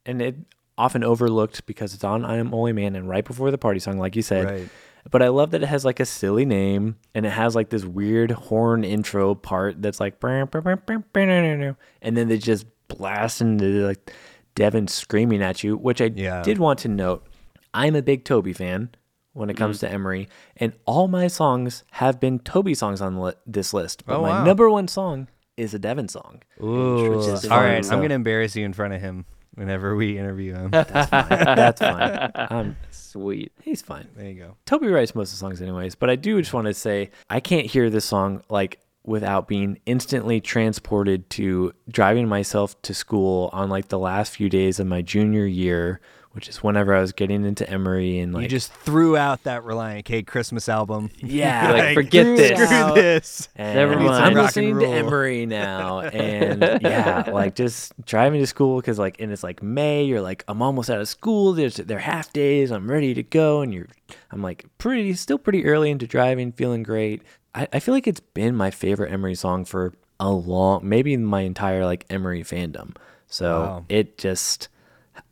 Speaker 3: and it often overlooked because it's on i am only man and right before the party song like you said
Speaker 1: Right.
Speaker 3: but i love that it has like a silly name and it has like this weird horn intro part that's like "Brr, brr, brr, brr, brr, no, no, no," and then they just blast into like devin screaming at you which i
Speaker 1: Yeah.
Speaker 3: did want to note I'm a big Toby fan when it comes to Emery, and all my songs have been Toby songs on li- this list. But
Speaker 1: Oh,
Speaker 3: my
Speaker 1: wow.
Speaker 3: number one song is a Devin song.
Speaker 1: Ooh,
Speaker 3: Which is
Speaker 1: all
Speaker 3: fine,
Speaker 1: right i'm
Speaker 3: so-
Speaker 1: gonna embarrass you in front of him whenever we interview
Speaker 3: *laughs*
Speaker 1: him
Speaker 3: That's fine. That's fine. Um,
Speaker 2: Sweet.
Speaker 3: *laughs* he's fine.
Speaker 1: there you go
Speaker 3: Toby writes most of the songs, anyways. But I do just want to say I can't hear this song like without being instantly transported to driving myself to school on like the last few days of my junior year, which is whenever I was getting into Emery and
Speaker 1: you
Speaker 3: like
Speaker 1: just threw out that reliant k christmas
Speaker 3: *laughs*
Speaker 1: album
Speaker 3: yeah,
Speaker 1: *laughs*
Speaker 2: Like,
Speaker 1: Like,
Speaker 2: forget
Speaker 1: screw
Speaker 2: this.
Speaker 1: this
Speaker 3: And
Speaker 2: Never mind.
Speaker 3: I'm
Speaker 2: Rock and
Speaker 3: listening to
Speaker 1: roll.
Speaker 3: Emery now, and yeah, like just driving to school because like, and it's like May. You're like, I'm almost out of school. There's they're half days. I'm ready to go, and you're, I'm like pretty, still pretty early into driving, feeling great. I, I feel like it's been my favorite Emery song for a long, maybe my entire like Emery fandom. So
Speaker 1: Wow.
Speaker 3: it just,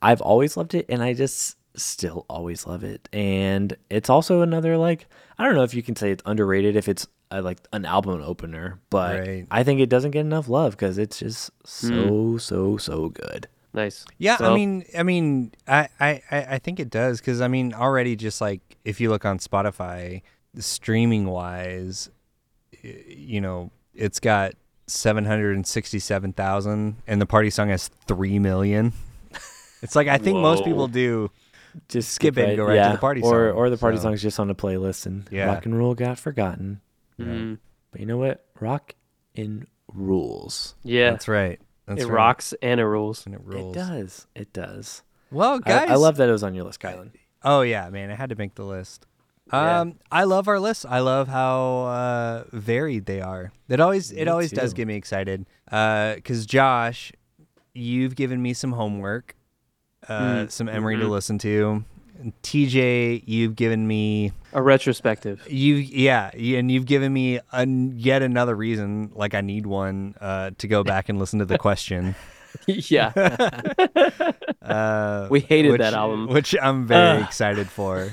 Speaker 3: I've always loved it, and I just still always love it. And it's also another like I don't know if you can say it's underrated if it's uh, like an album opener, but
Speaker 1: Right.
Speaker 3: I think it doesn't get enough love because it's just
Speaker 1: Hmm.
Speaker 3: so so so good.
Speaker 2: Nice.
Speaker 1: Yeah, I
Speaker 2: Well,
Speaker 1: mean, I mean, I, I, I I think it does because I mean, already just like if you look on Spotify, streaming wise, y- you know, it's got seven hundred and sixty-seven thousand, and the party song has three million. It's like I think most
Speaker 2: Whoa.
Speaker 1: people do.
Speaker 3: Just
Speaker 1: Skip it and go right to the party
Speaker 3: or
Speaker 1: song,
Speaker 3: or the party
Speaker 1: so.
Speaker 3: song's just on a playlist and
Speaker 1: Yeah.
Speaker 3: rock and roll got forgotten.
Speaker 2: mm,
Speaker 3: But you know what? Rock and rules.
Speaker 2: yeah.
Speaker 1: That's right. That's
Speaker 2: it
Speaker 1: right.
Speaker 2: rocks and it rules.
Speaker 1: And it rules.
Speaker 3: It does. It does.
Speaker 1: Well,
Speaker 3: I-
Speaker 1: guys.
Speaker 3: I, love that it was on your list, Kylan.
Speaker 1: Oh yeah, man, I had to make the list.
Speaker 2: Yeah.
Speaker 1: Um, I love our lists. I love how uh, varied they are. It always it
Speaker 3: Me
Speaker 1: always does
Speaker 3: too.
Speaker 1: get me excited. Because Josh, you've given me some homework, uh,
Speaker 3: Mm,
Speaker 1: some Emery
Speaker 3: mm-hmm.
Speaker 1: to listen to. And TJ, you've given me
Speaker 2: A retrospective.
Speaker 1: you yeah, you- and you've given me an, yet another reason like I need one uh, to go back and listen to
Speaker 3: *laughs*
Speaker 1: the question.
Speaker 2: *laughs* yeah.
Speaker 1: Uh, *laughs*
Speaker 2: We hated
Speaker 1: which-
Speaker 2: that album.
Speaker 1: which
Speaker 3: Uh.
Speaker 1: I'm very
Speaker 2: Ugh.
Speaker 3: *laughs*
Speaker 1: excited for.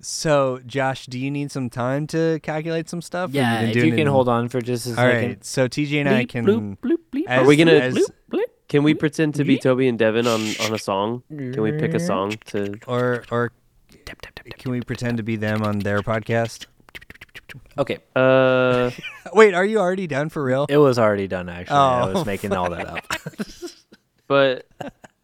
Speaker 1: so, Josh, do you need some time to calculate some stuff? or you've been
Speaker 3: if
Speaker 1: doing
Speaker 3: you
Speaker 1: it
Speaker 3: can
Speaker 1: in-
Speaker 3: hold on for just a
Speaker 1: All
Speaker 3: second.
Speaker 1: right, so TJ and I
Speaker 3: Bleep,
Speaker 1: can.
Speaker 3: bloop, bloop, bloop.
Speaker 1: as-
Speaker 2: Are we gonna-
Speaker 1: as-
Speaker 3: bloop, bloop.
Speaker 2: Can we pretend to be Toby and Devin on on a song? Can we pick a song to?
Speaker 1: or or
Speaker 3: Tap, tap, tap, tap.
Speaker 1: can we pretend to be them on their podcast?
Speaker 3: Okay,
Speaker 1: *laughs*
Speaker 2: Uh,
Speaker 1: Wait, are you already done for real?
Speaker 3: it was already done. Actually, I
Speaker 1: Oh,
Speaker 3: was making all
Speaker 1: *laughs*
Speaker 3: that up.
Speaker 2: but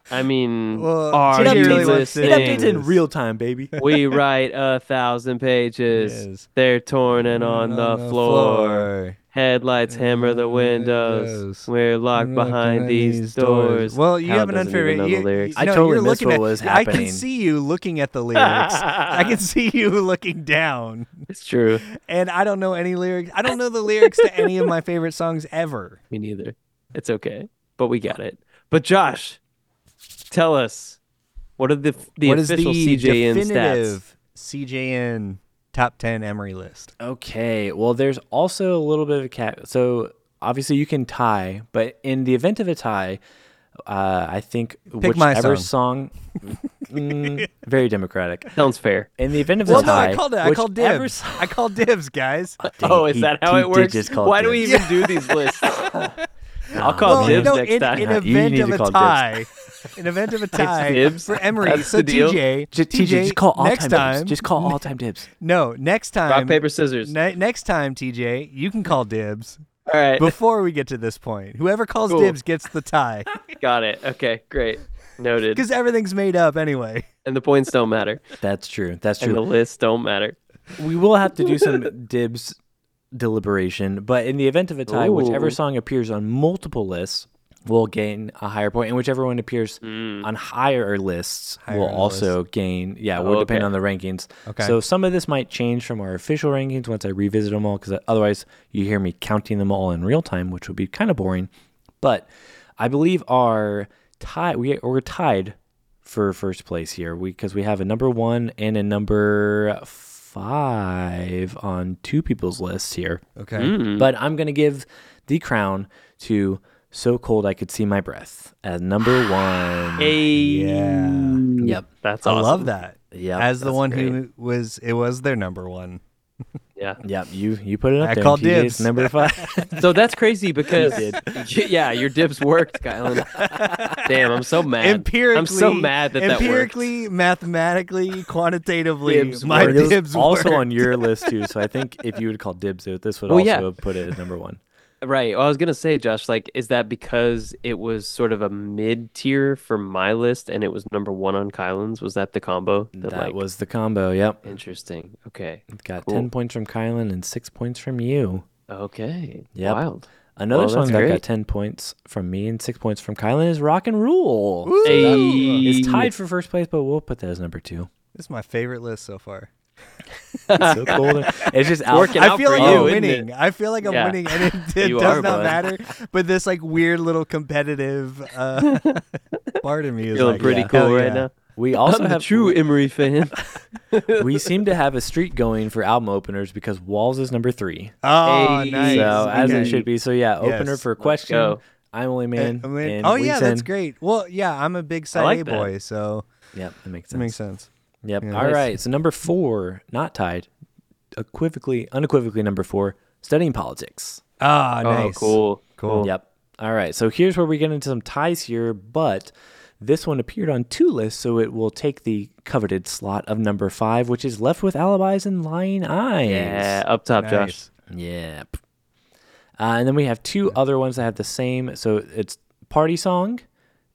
Speaker 2: I mean,
Speaker 1: Well,
Speaker 2: are
Speaker 1: TJ
Speaker 2: you
Speaker 1: really wants to-
Speaker 3: it updates
Speaker 2: listening?
Speaker 1: Dang.
Speaker 3: in real
Speaker 1: *laughs*
Speaker 3: time, baby.
Speaker 2: we write a thousand pages.
Speaker 1: Yes.
Speaker 2: They're torn and on, the, floor. Headlights hammer the windows.
Speaker 1: Windows.
Speaker 2: We're locked
Speaker 1: Looking
Speaker 2: behind
Speaker 1: at
Speaker 2: these, doors.
Speaker 1: Well, you
Speaker 2: Kyle
Speaker 1: have an
Speaker 2: doesn't
Speaker 1: unfair.
Speaker 2: even know the
Speaker 1: You,
Speaker 2: lyrics.
Speaker 1: you-
Speaker 3: I
Speaker 1: no,
Speaker 3: totally
Speaker 1: you're
Speaker 3: missed
Speaker 1: looking
Speaker 3: what
Speaker 1: at-
Speaker 3: was
Speaker 1: I can
Speaker 3: happening.
Speaker 1: see you looking
Speaker 3: *laughs*
Speaker 1: at the lyrics.
Speaker 2: *laughs*
Speaker 1: I can see you looking down,
Speaker 2: It's true.
Speaker 1: and I don't know any lyrics. I don't know the lyrics to any of my favorite songs
Speaker 3: *laughs*
Speaker 1: ever.
Speaker 2: Me neither. It's okay, but we got it. But Josh, tell us what are the the
Speaker 1: what is the
Speaker 2: official CJN stats?
Speaker 1: definitive CJN top ten Emery list?
Speaker 3: Okay. Well, there's also a little bit of a cat. So obviously you can tie, but in the event of a tie, uh, I think
Speaker 1: Pick my
Speaker 3: whichever song,
Speaker 1: *laughs*
Speaker 3: Mm, very democratic.
Speaker 2: Sounds fair.
Speaker 3: In the event of
Speaker 1: Well,
Speaker 3: a
Speaker 1: no,
Speaker 3: tie,
Speaker 1: I called it. I called *laughs*
Speaker 3: whichever
Speaker 1: dibs.
Speaker 3: song- Uh,
Speaker 1: I called dibs, guys.
Speaker 3: Dang
Speaker 2: oh,
Speaker 3: it,
Speaker 2: is
Speaker 3: he-
Speaker 2: that how
Speaker 3: he
Speaker 2: it
Speaker 3: did
Speaker 2: works?
Speaker 3: just call
Speaker 2: Why do we
Speaker 3: dibs.
Speaker 2: even
Speaker 1: *laughs*
Speaker 2: do these lists? I'll call
Speaker 1: Well,
Speaker 2: dibs
Speaker 1: no,
Speaker 2: next
Speaker 1: in,
Speaker 2: time.
Speaker 1: in
Speaker 3: *laughs* You
Speaker 1: event
Speaker 3: need
Speaker 1: of
Speaker 3: to
Speaker 1: a
Speaker 3: call dibs.
Speaker 1: tie, in event
Speaker 3: *laughs*
Speaker 1: of a tie
Speaker 2: dibs?
Speaker 1: for Emery,
Speaker 2: That's
Speaker 1: so
Speaker 2: the deal?
Speaker 1: TJ,
Speaker 3: Just, TJ,
Speaker 1: TJ,
Speaker 3: just call all
Speaker 1: next
Speaker 3: time,
Speaker 1: time.
Speaker 3: dibs. Just call all time *laughs* dibs.
Speaker 1: no, next time.
Speaker 2: Rock paper scissors.
Speaker 1: Ne- next time, TJ, you can call
Speaker 3: *laughs*
Speaker 1: dibs
Speaker 2: All right,
Speaker 1: before we get to this point. Whoever calls
Speaker 2: Cool.
Speaker 1: dibs gets the tie
Speaker 2: got it. Okay, great.
Speaker 1: *laughs*
Speaker 2: Noted.
Speaker 1: because everything's made up anyway.
Speaker 2: And the points don't matter.
Speaker 3: That's true. That's
Speaker 2: And the
Speaker 3: true.
Speaker 2: lists don't matter.
Speaker 1: Ah,
Speaker 3: we will have to
Speaker 2: *laughs*
Speaker 3: do some dibs deliberation, but in the event of a tie, whichever
Speaker 2: Ooh.
Speaker 3: song appears on multiple lists will gain a higher point, and whichever one appears
Speaker 2: Mm.
Speaker 3: on higher lists
Speaker 1: Higher
Speaker 3: will
Speaker 1: on the
Speaker 3: also gain. Yeah, will depend
Speaker 2: okay.
Speaker 3: on the rankings.
Speaker 1: Okay.
Speaker 3: So some of this might change from our official rankings once I revisit them all, because otherwise you hear me counting them all in real time, which would be kind of boring. But I believe our tie we we're tied for first place here because we, have a number one and a number five on two people's lists here.
Speaker 1: Okay.
Speaker 3: But I'm gonna give the crown to "So Cold I Could See My Breath" as number one.
Speaker 1: Yeah.
Speaker 3: Yep.
Speaker 2: That's
Speaker 1: I
Speaker 2: awesome.
Speaker 1: love that.
Speaker 3: Yep,
Speaker 1: Mm. As the
Speaker 3: that's
Speaker 1: one who was, it was their number one.
Speaker 2: Yeah.
Speaker 3: Yep, you you put it up
Speaker 1: I
Speaker 3: there.
Speaker 1: call
Speaker 3: TJ 's
Speaker 1: dibs.
Speaker 2: *laughs*
Speaker 3: Number five.
Speaker 2: So that's crazy because *laughs* yeah, your dips worked, Kylan. Damn, I'm so mad.
Speaker 1: Empirically,
Speaker 2: I'm so mad that
Speaker 1: empirically, mathematically, quantitatively,
Speaker 2: Dibs
Speaker 1: my
Speaker 3: Or it
Speaker 2: worked.
Speaker 3: was
Speaker 1: dibs *laughs*
Speaker 3: also
Speaker 1: worked.
Speaker 2: *laughs*
Speaker 3: on your list too. So I think if you would call dibs, it- this would
Speaker 2: Well,
Speaker 3: also
Speaker 2: yeah.
Speaker 3: have put it at
Speaker 2: *laughs*
Speaker 3: number one.
Speaker 2: that worked. Right. Well, I was gonna say, Josh, like, is that because it was sort of a mid tier for my list and it was number one on Kylan's? Was that the combo?
Speaker 3: That
Speaker 2: like,
Speaker 3: was the combo. Yep,
Speaker 2: interesting. Okay.
Speaker 3: got
Speaker 2: cool.
Speaker 3: ten points from Kylan and six points from you.
Speaker 2: Okay.
Speaker 3: Yep.
Speaker 2: Wild.
Speaker 3: Another
Speaker 2: Well,
Speaker 3: song
Speaker 2: that's
Speaker 3: that
Speaker 2: great.
Speaker 3: got 10 points from me and 6 points from Kylan is Rock and Rule.
Speaker 1: Ooh.
Speaker 2: Hey.
Speaker 3: It's tied for first place, but we'll put that as
Speaker 2: *laughs*
Speaker 3: number two.
Speaker 1: This is my favorite list so far.
Speaker 3: It's so cool. It's just out.
Speaker 2: Working
Speaker 1: I
Speaker 2: out
Speaker 1: feel
Speaker 2: for
Speaker 1: like
Speaker 2: you,
Speaker 1: I'm
Speaker 2: isn't it?
Speaker 1: winning. I feel like I'm
Speaker 2: Yeah.
Speaker 1: winning, and
Speaker 2: *laughs*
Speaker 1: it, it
Speaker 2: You
Speaker 1: does
Speaker 2: are,
Speaker 1: not
Speaker 2: bud.
Speaker 1: matter. But this like weird little competitive uh, *laughs* part of me is
Speaker 2: Feeling
Speaker 1: like,
Speaker 2: pretty
Speaker 1: yeah,
Speaker 2: cool
Speaker 1: hell
Speaker 2: right
Speaker 1: yeah.
Speaker 2: now.
Speaker 3: We also
Speaker 2: I'm the
Speaker 3: have
Speaker 2: true Emery fan.
Speaker 3: we seem to have a streak going for album openers because Walls is number three.
Speaker 1: Oh,
Speaker 2: Hey.
Speaker 1: nice.
Speaker 3: So
Speaker 2: Nice.
Speaker 3: as
Speaker 1: Okay.
Speaker 3: it should be. So yeah, opener
Speaker 1: Yes.
Speaker 3: for a question.
Speaker 2: go.
Speaker 3: I'm only
Speaker 1: Uh,
Speaker 3: man.
Speaker 1: I mean-
Speaker 3: and
Speaker 1: oh yeah,
Speaker 3: Weeks
Speaker 1: that's
Speaker 3: In.
Speaker 1: great. Well, yeah, I'm a big side
Speaker 2: like
Speaker 1: A
Speaker 2: that.
Speaker 1: boy, so
Speaker 3: Yep, that makes
Speaker 1: it
Speaker 3: sense.
Speaker 1: makes sense.
Speaker 3: Yep. All
Speaker 1: Yeah.
Speaker 3: right.
Speaker 2: Nice.
Speaker 3: So number four, not tied, equivocally, unequivocally number four, studying politics.
Speaker 1: Ah, nice.
Speaker 2: Oh, cool.
Speaker 1: Cool.
Speaker 3: Yep. All right. So here's where we get into some ties here, but this one appeared on two lists, so it will take the coveted slot of number five, which is left with alibis and lying eyes.
Speaker 2: Yeah, up top, Josh.
Speaker 1: Nice.
Speaker 3: Yep. Uh, and then we have two other ones that have the same. So it's party song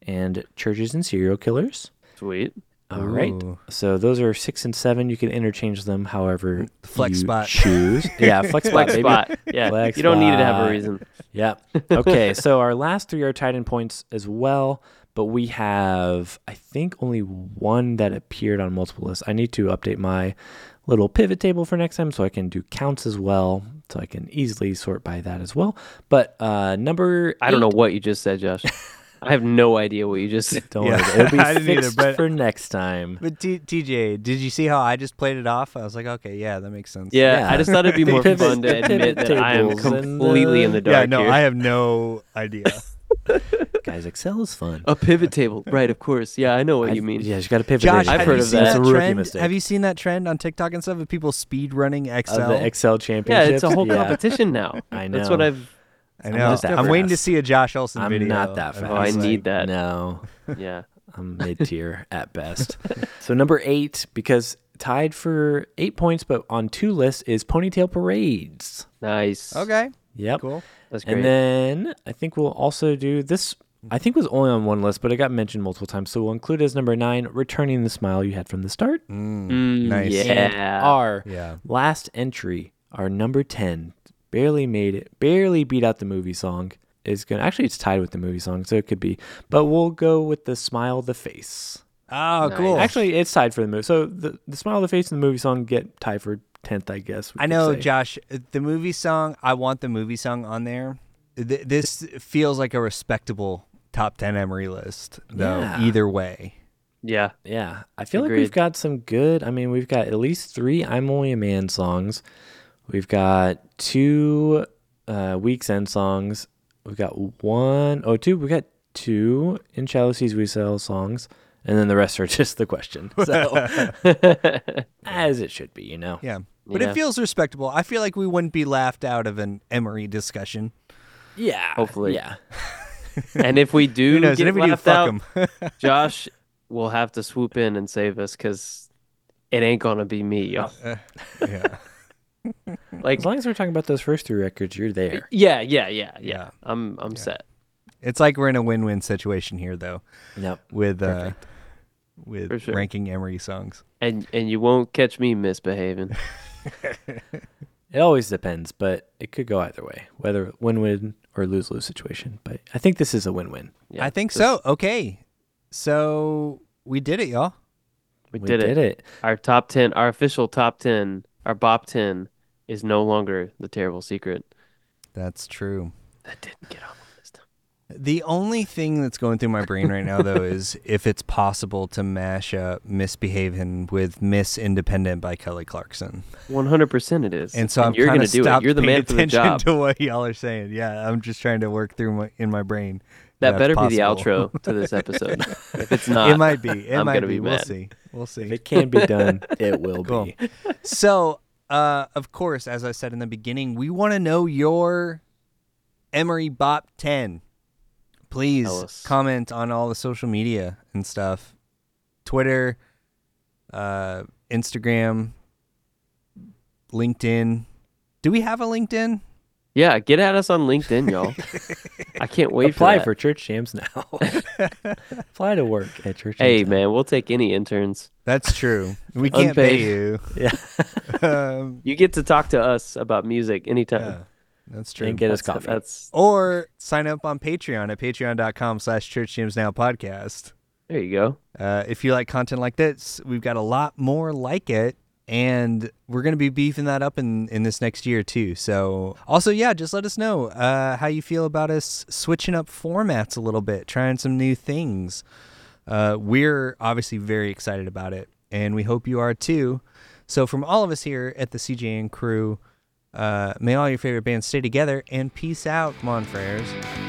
Speaker 3: and churches and serial killers.
Speaker 2: Sweet.
Speaker 3: All right.
Speaker 1: Ooh.
Speaker 3: So those are six and seven. You can interchange them however
Speaker 1: Flex
Speaker 3: you
Speaker 1: spot. *laughs*
Speaker 3: choose. Yeah, flex spot.
Speaker 2: Flex
Speaker 3: baby.
Speaker 2: spot. Yeah.
Speaker 3: Flex
Speaker 2: you don't need to have
Speaker 3: spot.
Speaker 2: a reason.
Speaker 3: Yeah.
Speaker 2: *laughs*
Speaker 3: Okay. so our last three are tied in points as well, but we have, I think, only one that appeared on multiple lists. I need to update my little pivot table for next time so I can do counts as well, so I can easily sort by that as well. But uh, number,
Speaker 2: I don't know
Speaker 3: eight-
Speaker 2: what you just said, Josh. I have no idea what you just said.
Speaker 3: Don't
Speaker 1: Yeah.
Speaker 3: worry, it'll be
Speaker 1: I didn't either,
Speaker 3: fixed
Speaker 1: but-
Speaker 3: for next time.
Speaker 1: But T- TJ, did you see how I just played it off? I was like, okay, yeah, that makes sense.
Speaker 2: *laughs* Yeah,
Speaker 3: Yeah.
Speaker 2: I just thought it'd be *laughs*
Speaker 3: The
Speaker 2: more
Speaker 3: pivot-
Speaker 2: fun
Speaker 3: the
Speaker 2: to
Speaker 3: pivot
Speaker 2: admit that I am
Speaker 3: tables and
Speaker 2: completely in
Speaker 3: the-
Speaker 2: the dark
Speaker 1: yeah, no,
Speaker 2: here.
Speaker 1: I have no idea.
Speaker 3: Guys, Excel is fun.
Speaker 2: a pivot table, right? Of course. Yeah, I know Oh, what
Speaker 3: I-
Speaker 2: you mean.
Speaker 3: Yeah, you got to pivot.
Speaker 1: Josh,
Speaker 3: table.
Speaker 2: I've
Speaker 1: have
Speaker 2: heard
Speaker 1: you
Speaker 2: of
Speaker 1: seen
Speaker 2: that.
Speaker 3: That's a
Speaker 1: that
Speaker 3: rookie
Speaker 1: trend?
Speaker 3: mistake.
Speaker 1: Have you seen that trend on TikTok and stuff of people speed running Excel?
Speaker 3: of the Excel
Speaker 2: Yeah,
Speaker 3: championship?
Speaker 2: it's a whole competition *laughs* now.
Speaker 3: I
Speaker 2: That's what
Speaker 3: know.
Speaker 2: I've. *laughs*
Speaker 1: I
Speaker 3: I'm
Speaker 1: know.
Speaker 3: not that
Speaker 1: I'm, waiting to
Speaker 3: fast.
Speaker 1: see a Josh Olsen
Speaker 3: I'm
Speaker 1: video.
Speaker 3: not that
Speaker 1: of
Speaker 3: fast.
Speaker 2: Oh,
Speaker 1: how
Speaker 2: I
Speaker 1: he's like-
Speaker 2: need that.
Speaker 3: No,
Speaker 2: Yeah.
Speaker 3: I'm mid tier *laughs* at best. So number eight, because tied for eight points, but on two lists is Ponytail Parades.
Speaker 2: Nice.
Speaker 1: Okay,
Speaker 3: Yep.
Speaker 1: cool.
Speaker 2: That's great.
Speaker 3: And then I think we'll also do this. I think was only on one list, but it got mentioned multiple times. So we'll include as number nine, returning the smile you had from the start.
Speaker 2: Mm,
Speaker 1: Nice.
Speaker 3: And
Speaker 2: Yeah.
Speaker 3: our
Speaker 1: Yeah.
Speaker 3: last entry, our number ten, barely made it, barely beat out the movie song. Is gonna actually it's tied with the movie song, so it could be. But we'll go with the smile, the face.
Speaker 1: Oh,
Speaker 2: Nice.
Speaker 1: cool.
Speaker 3: Actually, it's tied for the movie. So the, the smile of the face and the movie song get tied for tenth, I guess. we
Speaker 1: I
Speaker 3: could
Speaker 1: know,
Speaker 3: say.
Speaker 1: Josh. The movie song. I want the movie song on there. Th- this feels like a respectable top ten Emery list, though.
Speaker 3: Yeah.
Speaker 1: Either way,
Speaker 2: *laughs* yeah.
Speaker 3: yeah, I feel like we've
Speaker 2: Agreed.
Speaker 3: got some good. I mean, we've got at least three "I'm Only a Man" songs. We've got two uh, weeks end songs. We've got one oh two. We got two in Shallow Seas We Sell songs, and then the rest are *laughs* just the question.
Speaker 1: *laughs*
Speaker 3: So as it should be, you know.
Speaker 1: yeah. But
Speaker 2: Yeah.
Speaker 1: it feels respectable. I feel like we wouldn't be laughed out of an Emery discussion.
Speaker 3: Yeah.
Speaker 2: Hopefully.
Speaker 3: Yeah.
Speaker 2: and if we do
Speaker 1: Who knows?
Speaker 2: get
Speaker 1: And if we do,
Speaker 2: laughed
Speaker 1: fuck *laughs*
Speaker 2: out,
Speaker 1: 'em.
Speaker 2: Josh will have to swoop in and save us because it ain't gonna be me. y'all.
Speaker 1: yeah.
Speaker 2: Like,
Speaker 3: As long as we're talking about those first three records, you're there.
Speaker 2: yeah, yeah, yeah, yeah.
Speaker 1: Yeah.
Speaker 2: I'm, I'm set.
Speaker 1: It's like we're in a win-win situation here, though,
Speaker 3: Yep.
Speaker 1: with uh, with
Speaker 2: For sure.
Speaker 1: ranking Emery songs.
Speaker 2: And and you won't catch
Speaker 1: *laughs*
Speaker 2: me misbehaving.
Speaker 3: It always depends, but it could go either way, whether win-win or lose-lose situation. But I think this is a win-win.
Speaker 2: Yeah,
Speaker 1: I think so. Okay, so we did it, y'all.
Speaker 2: We, did, it.
Speaker 3: Did it.
Speaker 2: Our top ten, our official top ten, our bop ten is no longer the terrible secret.
Speaker 1: That's true.
Speaker 2: That didn't get on the list.
Speaker 1: The only thing that's going through my brain right now, though, is if it's possible to mash up "Misbehaving" with "Miss Independent" by Kelly Clarkson.
Speaker 2: One hundred percent, it is.
Speaker 1: And so I'm
Speaker 2: you're
Speaker 1: kind
Speaker 2: gonna
Speaker 1: of
Speaker 2: do it.
Speaker 1: stopped
Speaker 2: You're the
Speaker 1: paying
Speaker 2: man for the
Speaker 1: attention *laughs*
Speaker 2: job.
Speaker 1: to what y'all are saying. Yeah, I'm just trying to work through my, in my brain.
Speaker 2: That
Speaker 1: that's
Speaker 2: better be the
Speaker 1: possible.
Speaker 2: outro
Speaker 1: *laughs*
Speaker 2: to this episode. if it's not,
Speaker 1: It might be. It
Speaker 2: I'm
Speaker 1: might
Speaker 2: gonna
Speaker 1: be.
Speaker 2: be
Speaker 1: we'll
Speaker 2: mad.
Speaker 1: see. We'll see.
Speaker 3: If it can be
Speaker 2: *laughs*
Speaker 3: done, it will
Speaker 1: Cool.
Speaker 3: be.
Speaker 1: so, uh, of course, as I said in the beginning, we want to know your Emery Bop 10.
Speaker 2: Tell
Speaker 1: Please
Speaker 2: us.
Speaker 1: comment on all the social media and stuff Twitter, uh, Instagram, LinkedIn. Do we have a LinkedIn?
Speaker 2: yeah, get at us on
Speaker 1: *laughs*
Speaker 2: LinkedIn, y'all. I can't wait
Speaker 3: Apply
Speaker 2: for that.
Speaker 3: for church
Speaker 2: *laughs*
Speaker 3: jams now. *laughs* Apply to work at church.
Speaker 2: Hey
Speaker 3: jams
Speaker 2: man, we'll take any interns.
Speaker 1: That's true. We
Speaker 2: *laughs*
Speaker 1: can't pay you.
Speaker 3: now. yeah,
Speaker 1: *laughs* Um,
Speaker 2: You get to talk to us about music anytime.
Speaker 1: yeah, that's true.
Speaker 3: and get us
Speaker 2: That's-
Speaker 3: coffee.
Speaker 2: That's
Speaker 1: or sign up on Patreon at patreon.com slash church jams now podcast.
Speaker 2: there you go.
Speaker 1: Uh, if you like content like this, we've got a lot more like it, and we're gonna be beefing that up in in this next year too. So, also, yeah, just let us know uh, how you feel about us switching up formats a little bit, trying some new things. Uh, we're obviously very excited about it, and we hope you are too. So, from all of us here at the CJN crew, uh, may all your favorite bands stay together and peace out, Monfreres.